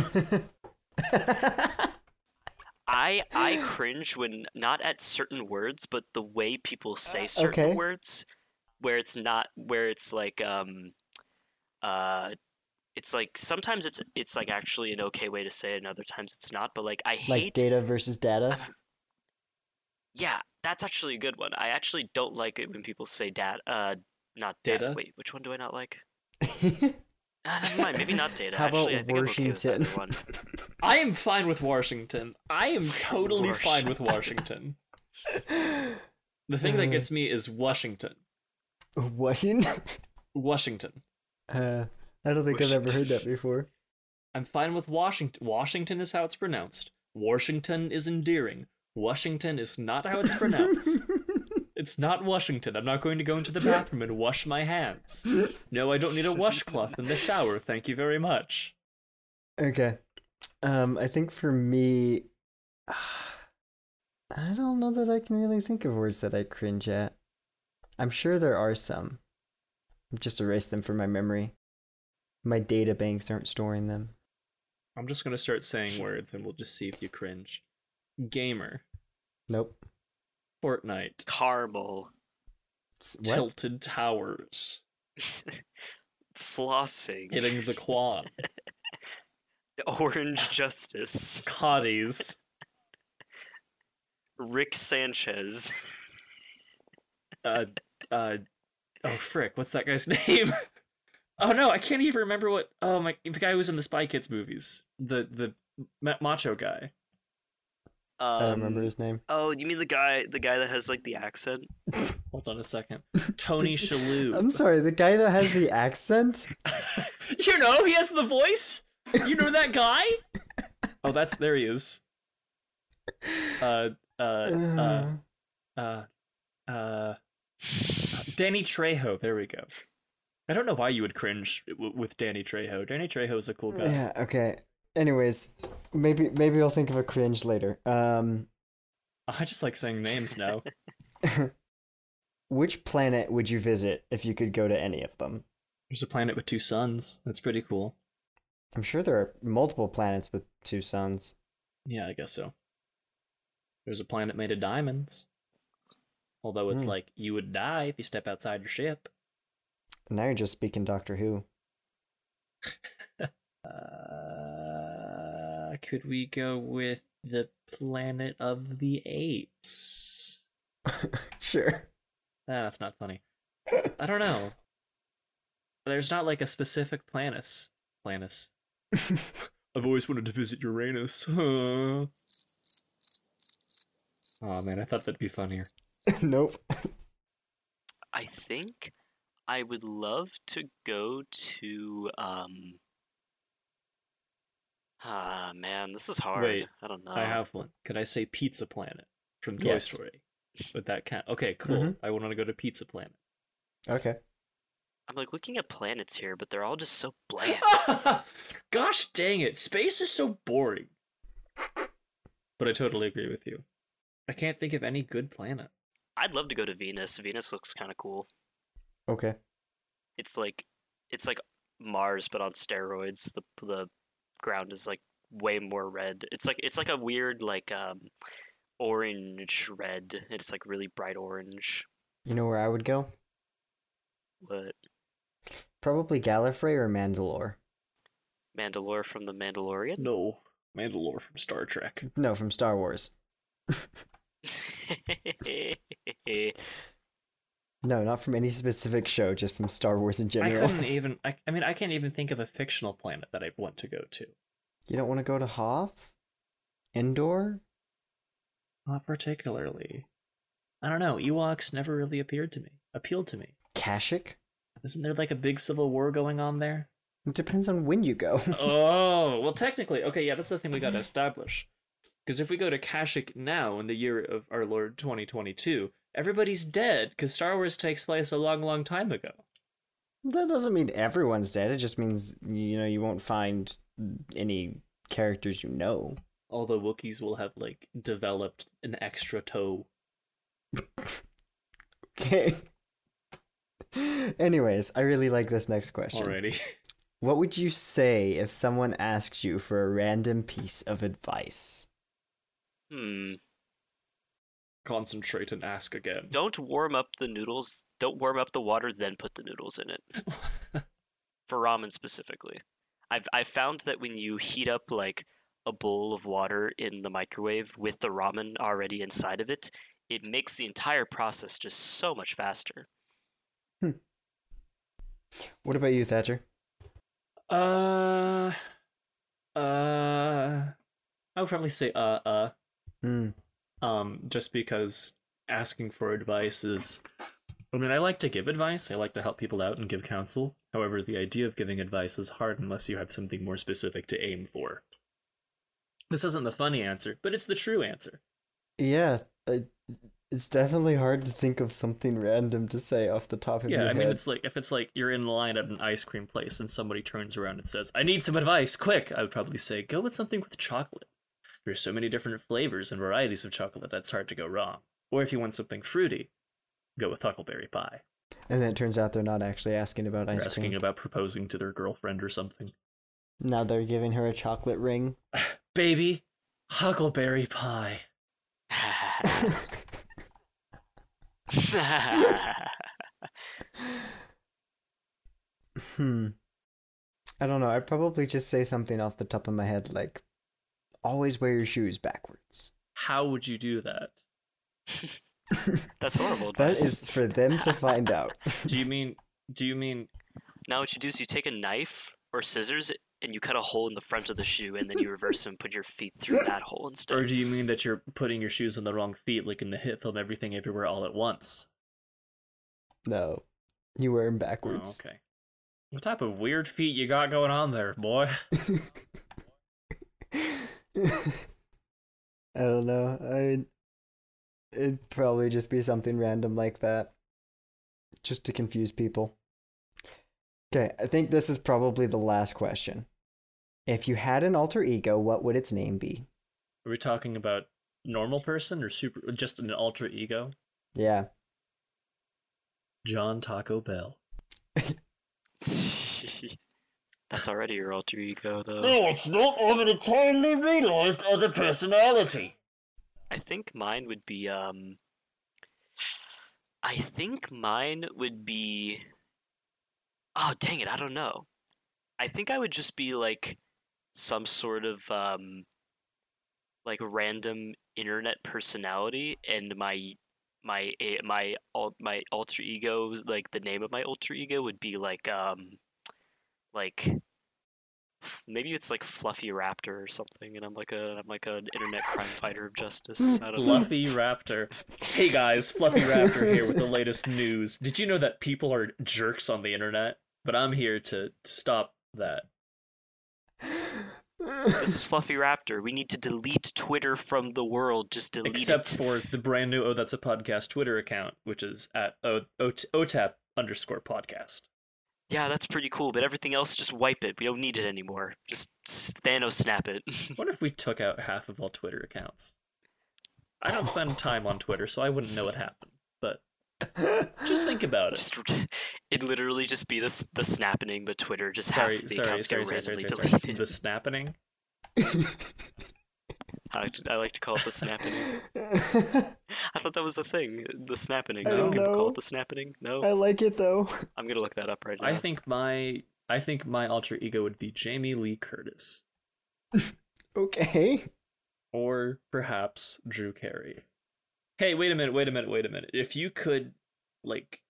I I cringe when not at certain words, but the way people say certain
okay.
words, where it's not where it's like um, uh, it's like sometimes it's it's like actually an okay way to say it, and other times it's not. But like I
like
hate
data versus data.
yeah, that's actually a good one. I actually don't like it when people say data uh not
Data?
data. Wait, which one do I not like? Ah, never mind, maybe not data.
How about
actually, I think I'm okay
Washington?
with either one.
I am fine with Washington. I am totally fine with Washington. The thing that gets me is Washington.
Washington.
Washington.
Uh, I don't think I've ever heard that
Washington.
before.
I'm fine with Washington. Washington is how it's pronounced. Washington is endearing. Washington is not how it's pronounced. it's not Washington. I'm not going to go into the bathroom and wash my hands. No, I don't need a washcloth in the shower. Thank you very much.
Okay. Um, I think for me, I don't know that I can really think of words that I cringe at. I'm sure there are some. I've just erased them from my memory. My data banks aren't storing them.
I'm just going to start saying words and we'll just see if you cringe. Gamer.
Nope.
Fortnite.
Caramel,
S-
Tilted towers.
flossing,
Hitting the quad.
orange justice.
Cotties.
Rick Sanchez.
uh, uh, oh frick, what's that guy's name? oh no, I can't even remember what. Oh my, the guy who was in the Spy Kids movies, the the ma- macho guy.
Um,
I don't remember his name.
Oh, you mean the guy, the guy that has like the accent?
Hold on a second, Tony Shalhoub.
I'm sorry, the guy that has the accent?
You know, he has the voice. You know that guy? oh, that's there he is. Uh, uh, uh,
Uh,
uh, uh, Danny Trejo. There we go. I don't know why you would cringe w- with Danny Trejo. Danny Trejo's a cool guy.
yeah, okay. Anyways, maybe maybe I'll think of a cringe later. Um
I just like saying names now.
which planet would you visit if you could go to any of them?
There's a planet with two suns. That's pretty cool.
I'm sure there are multiple planets with two suns.
Yeah, I guess so. There's a planet made of diamonds. Although it's
Hmm.
like you would die if you step outside your ship.
Now you're just speaking Doctor Who.
Uh, could we go with the planet of the apes?
Sure.
Ah, that's not funny. I don't know. There's not like a specific planet. Planet. I've always wanted to visit Uranus. Huh. Oh man, I thought that'd be funnier.
nope.
I think I would love to go to. um Ah man, this is hard.
Wait,
I don't know.
I have one. Could I say Pizza Planet from Toy
Yes.
Story? Would that count? Okay, cool.
Mhm.
I want to go to Pizza Planet.
Okay.
I'm like looking at planets here, but they're all just so bland.
Gosh dang it, space is so boring. But I totally agree with you. I can't think of any good planet.
I'd love to go to Venus. Venus looks kind of cool.
Okay.
It's like, it's like Mars but on steroids. The the ground is like way more red. It's like it's like a weird like um orange red. It's like really bright orange.
You know where I would go?
What
Probably Gallifrey or Mandalore.
Mandalore from the Mandalorian?
No, Mandalore from Star Trek.
No, from Star Wars. No, not from any specific show, just from Star Wars in
I
general.
couldn't even. I, I mean, I can't even think of a fictional planet that I want to go to.
You don't want to go to Hoth? Endor?
Not particularly. I don't know. Ewoks never really appeared to me. Appealed to me.
Kashyyyk?
Isn't there like a big civil war going on there?
It depends on when you go.
oh, well, technically, okay, yeah, that's the thing we got to establish. Because if we go to Kashyyyk now in the year of our Lord 2022, everybody's dead because Star Wars takes place a long, long time ago.
that doesn't mean everyone's dead. It just means, you know, you won't find any characters you know.
All the Wookiees will have like developed an extra toe.
Okay. Anyways, I really like this next question.
already.
What would you say if someone asks you for a random piece of advice?
Hmm.
Concentrate and ask again.
Don't warm up the noodles. Don't warm up the water, then put the noodles in it. For ramen specifically, I've I found that when you heat up like a bowl of water in the microwave with the ramen already inside of it, it makes the entire process just so much faster.
What about you, Thatcher?
Uh, uh, I would probably say uh uh
Hmm.
um just because asking for advice is. I mean, I like to give advice. I like to help people out and give counsel. However, the idea of giving advice is hard unless you have something more specific to aim for. This isn't the funny answer, but it's the true answer.
Yeah, I, it's definitely hard to think of something random to say off the top of
Yeah,
your
I mean,
head.
it's like if it's like you're in line at an ice cream place and somebody turns around and says, "I need some advice, quick." I would probably say, "Go with something with chocolate." There's so many different flavors and varieties of chocolate that's hard to go wrong. Or if you want something fruity, go with huckleberry pie.
And then it turns out they're not actually asking about
Or
ice
asking
cream.
about proposing to their girlfriend or something.
now they're giving her a chocolate ring.
Baby, huckleberry pie.
hmm. I don't know. I'd probably just say something off the top of my head like, always wear your shoes backwards.
How would you do that?
That's horrible
That
advice.
is for them to find out.
Do you mean? Do you mean?
Now what you do is you take a knife or scissors and you cut a hole in the front of the shoe and then you reverse them and put your feet through that hole instead.
Or do you mean that you're putting your shoes on the wrong feet, like in the hit film Everything Everywhere All at Once?
No. You wear them
Oh,
backwards.
okay. What type of weird feet you got going on there, boy?
I don't know. I it'd probably just be something random like that. Just to confuse people. Okay, I think this is probably the last question. If you had an alter ego, what would its name be?
Are we talking about normal person or super just an alter ego?
Yeah.
John Taco Bell.
That's already your alter ego though.
it's not. I've entirely realized other personality.
I think mine would be um I think mine would be Oh dang it, I don't know. I think I would just be like some sort of um like random internet personality and my my a- my al- my alter ego like the name of my alter ego would be like um like f- maybe it's like fluffy raptor or something and i'm like a i'm like an internet crime fighter of justice i don't know
Fluffy Raptor. Hey guys, Fluffy Raptor here with the latest news. Did you know that people are jerks on the internet? But I'm here to stop that.
this is fluffy raptor we need to delete twitter from the world just delete
Except
it
for the brand new Oh That's a Podcast Twitter account, which is at o- o- OTAP underscore podcast.
yeah that's pretty cool but everything else just wipe it we don't need it anymore just s- thanos snap it
What if we took out half of all Twitter accounts? I don't spend time on Twitter, so I wouldn't know what happened. But just think about it.
just it'd literally just be this the snapping but twitter just
Sorry,
half of the
sorry,
accounts
sorry,
get
sorry, sorry,
randomly
sorry, sorry.
deleted
The snapping.
I, like to, I like to call it the snapping i thought that was a thing the snapping
I
no
don't
people
know.
call it the snapping no
I like it though.
i'm gonna look that up right now
I think my I think my alter ego would be Jamie Lee Curtis
Okay.
or perhaps Drew Carey. Hey, wait a minute, wait a minute, wait a minute. If you could like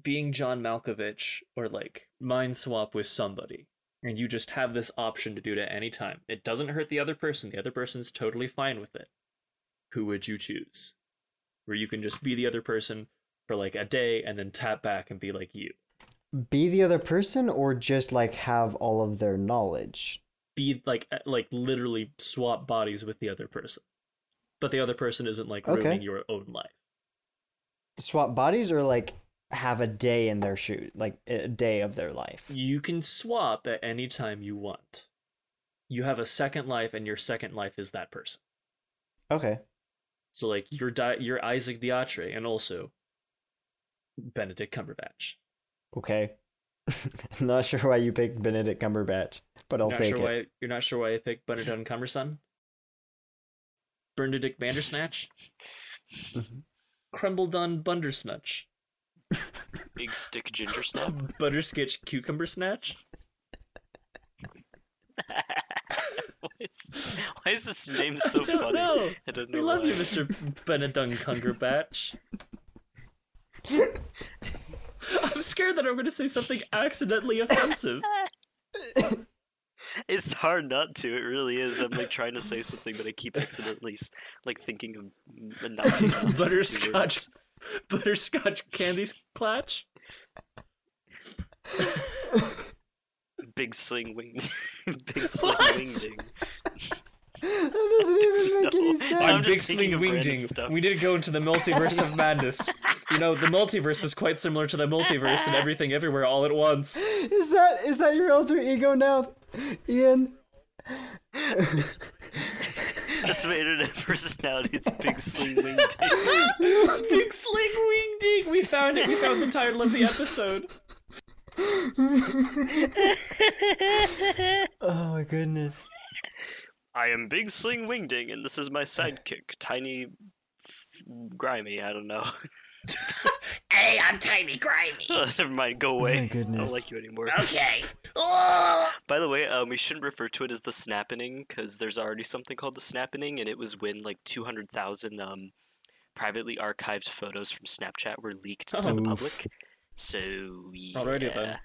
being John Malkovich or like mind swap with somebody and you just have this option to do it at any time. It doesn't hurt the other person. The other person's totally fine with it. Who would you choose? Where you can just be the other person for like a day and then tap back and be like you.
Be the other person or just like have all of their knowledge.
be like uh, like literally swap bodies with the other person but the other person isn't like
Okay.
ruining your own life
Swap bodies or like have a day in their shoes, like a day of their life.
you can swap at any time you want you have a second life and your second life is that person
Okay.
so like
Mm.
you're Di- you're isaac diatre and also benedict cumberbatch
Okay. not sure why you picked Benedict Cumberbatch, but I'll
not
take
sure
it.
why you're not sure why I picked Benedict Cumberson. Bernadick Bandersnatch. Crumbledon Bundersnatch.
Big stick ginger snap.
Buttersketch Cucumber Snatch.
why, is, why is this name so
I don't
funny?
know.
I don't know.
We love
why.
you, Mr. Benedung Cumberbatch. I'm scared that I'm going to say something accidentally offensive.
It's hard not to. It really is. I'm like trying to say something, but I keep accidentally s- like thinking of m- and not being able to do
Butterscotch.
words.
Butterscotch candy clatch.
Big sling wing. Big sling
What?
wing ding.
That doesn't even make any
know.
sense.
I'm just thinking of random stuff.
We need to go into the multiverse of madness. You know, the multiverse is quite similar to the multiverse and everything everywhere all at once.
Is that is that your alter ego now, Ian? Oh
That's my internet personality. It's big sling wing ding.
Big sling wing ding. We found it. We found the title of the episode.
Oh my goodness.
I am Big Sling Wingding, and this is my sidekick, Tiny F- Grimy. I don't know.
Hey, I'm Tiny Grimy.
Never mind. Go away.
my
I don't
goodness.
like you anymore.
Okay. Oh,
By the way, um, we shouldn't refer to it as the snappening because there's already something called the snappening, and it was when like 200,000 um, privately archived photos from Snapchat were leaked to
Oh.
the
Oof.
public. So yeah.
Alrighty then.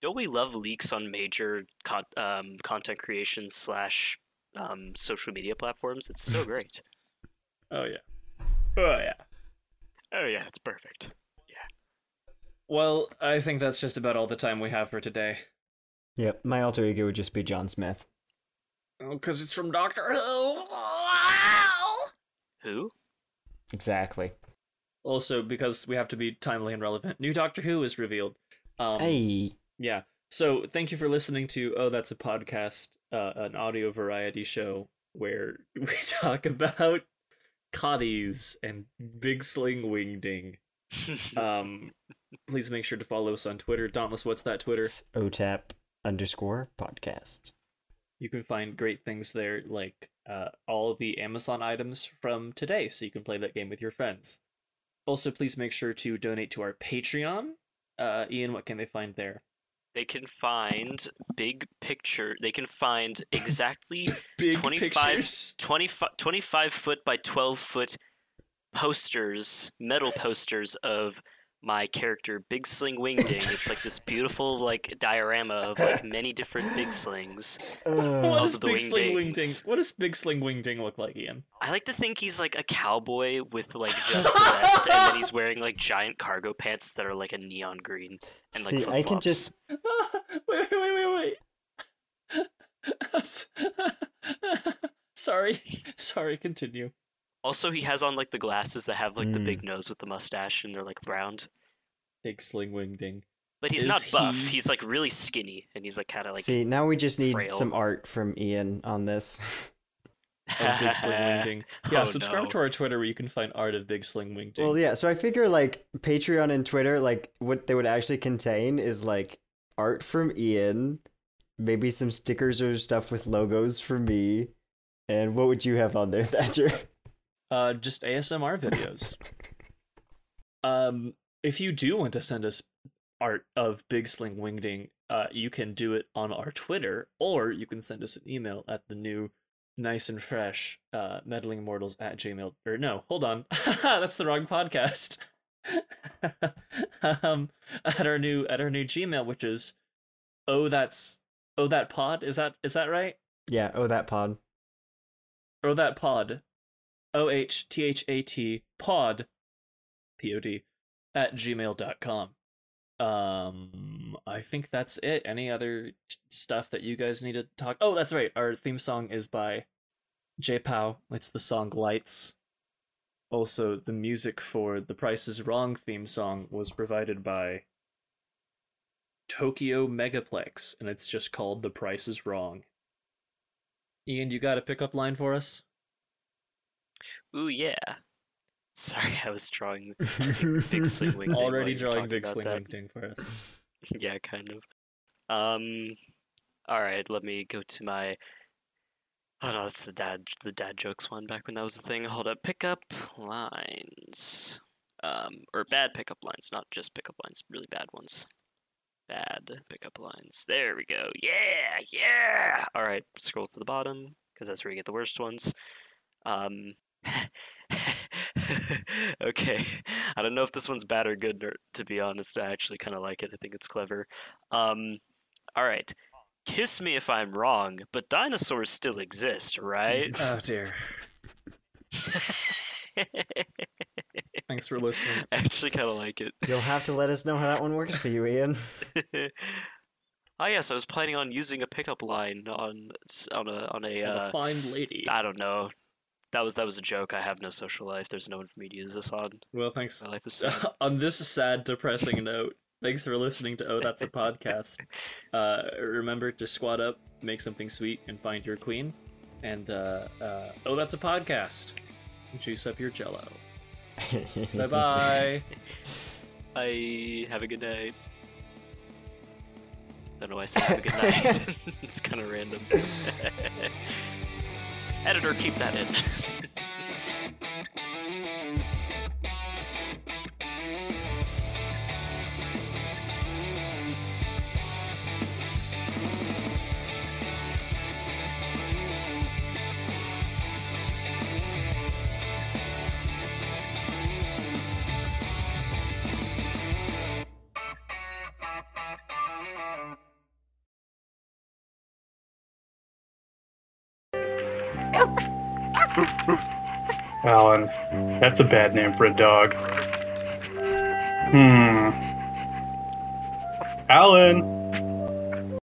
Don't we love leaks on major con- um, content creation slash um, social media platforms? It's so great.
Oh yeah. Oh yeah.
oh yeah, it's perfect.
Well, I think that's just about all the time we have for today.
Yep, my alter ego would just be John Smith.
Oh, because it's from Doctor Who.
Who?
Exactly.
Also, because we have to be timely and relevant. New Doctor Who is revealed. Um,
Hey.
Yeah. So thank you for listening to Oh That's a Podcast, uh, an audio variety show where we talk about coddies and big sling wingding. Um, please make sure to follow us on Twitter, Dauntless. What's that Twitter?
It's OTAP underscore podcast.
You can find great things there, like uh, all the Amazon items from today, so you can play that game with your friends. Also, please make sure to donate to our Patreon. Uh, Ian, what can they find there?
they can find big picture. They can find exactly
Big
25
pictures.
25, 25 foot by 12 foot posters, metal posters of my character Big Sling Wingding. it's like this beautiful like diorama of like many different big slings.
What
of
does
the
Big Sling
Wingdings.
Wingding? What does Big Sling Wingding look like, Ian?
I like to think he's like a cowboy with like just the vest, and then he's wearing like giant cargo pants that are like a neon green and like
See, I can
flip-flops.
just
wait, wait, wait, wait, wait. sorry, sorry. Continue.
Also, he has on like the glasses that have like the
Mm.
big nose with the mustache, and they're like round.
Big Sling Wingding.
But he's
Is
not buff.
he-
He's like really skinny, and he's like kind of like.
see. Now we just need
frail.
some art from Ian on this.
Of Big Sling Wingding. Yeah,
Oh,
subscribe
no.
to our Twitter where you can find art of Big Sling Wingding.
well, yeah. So I figure like Patreon and Twitter, like what they would actually contain is like art from Ian, maybe some stickers or stuff with logos for me. And what would you have on there, Thatcher?
uh, just ASMR videos. um, if you do want to send us art of Big Sling Wingding, uh, you can do it on our Twitter, or you can send us an email at the new nice and fresh uh, meddling mortals at gmail. Or no, hold on, that's the wrong podcast. um, at our new at our new Gmail, which is oh that's oh that pod is that is that right?
Yeah. Oh, that pod.
or that pod o h t h a t pod p o d at gmail.com um i think that's it any other stuff that you guys need to talk oh that's right our theme song is by j pow it's the song lights also the music for the price is wrong theme song was provided by tokyo megaplex and it's just called the price is wrong ian you got a pickup line for us
Ooh yeah. Sorry, I was drawing Big Sling Wing. Ding while
Already
you were
drawing
talking
Big
about
Sling
that.
Wing Ding for us.
yeah, kind of. Um, all right, let me go to my. Oh no, that's the dad the dad jokes one back when that was the thing. Hold up, pickup lines, um, or bad pickup lines, not just pickup lines, really bad ones. Bad pickup lines. There we go. Yeah, yeah. All right, scroll to the bottom because that's where you get the worst ones. Um. okay, I don't know if this one's bad or good. Or, to be honest, I actually kind of like it. I think it's clever. Um, all right, kiss me if I'm wrong, but dinosaurs still exist, right?
Oh dear. Thanks for listening.
I actually kind of like it.
You'll have to let us know how that one works for you, Ian.
oh yes, I was planning on using a pickup line on s- on a on a.
What
Uh,
a fine lady.
I don't know. That was that was a joke. I have no social life. There's no one for me to use this on.
Well, thanks.
My life is sad.
on this sad, depressing note, thanks for listening to Oh That's a Podcast. Uh, remember to squat up, make something sweet, and find your queen. And uh, uh, Oh That's a Podcast. Juice up your jello. Bye bye.
I have a good night. Don't know why I said have a good night. it's kind of random. Editor, keep that in.
Alan, that's a bad name for a dog. Hmm. Alan!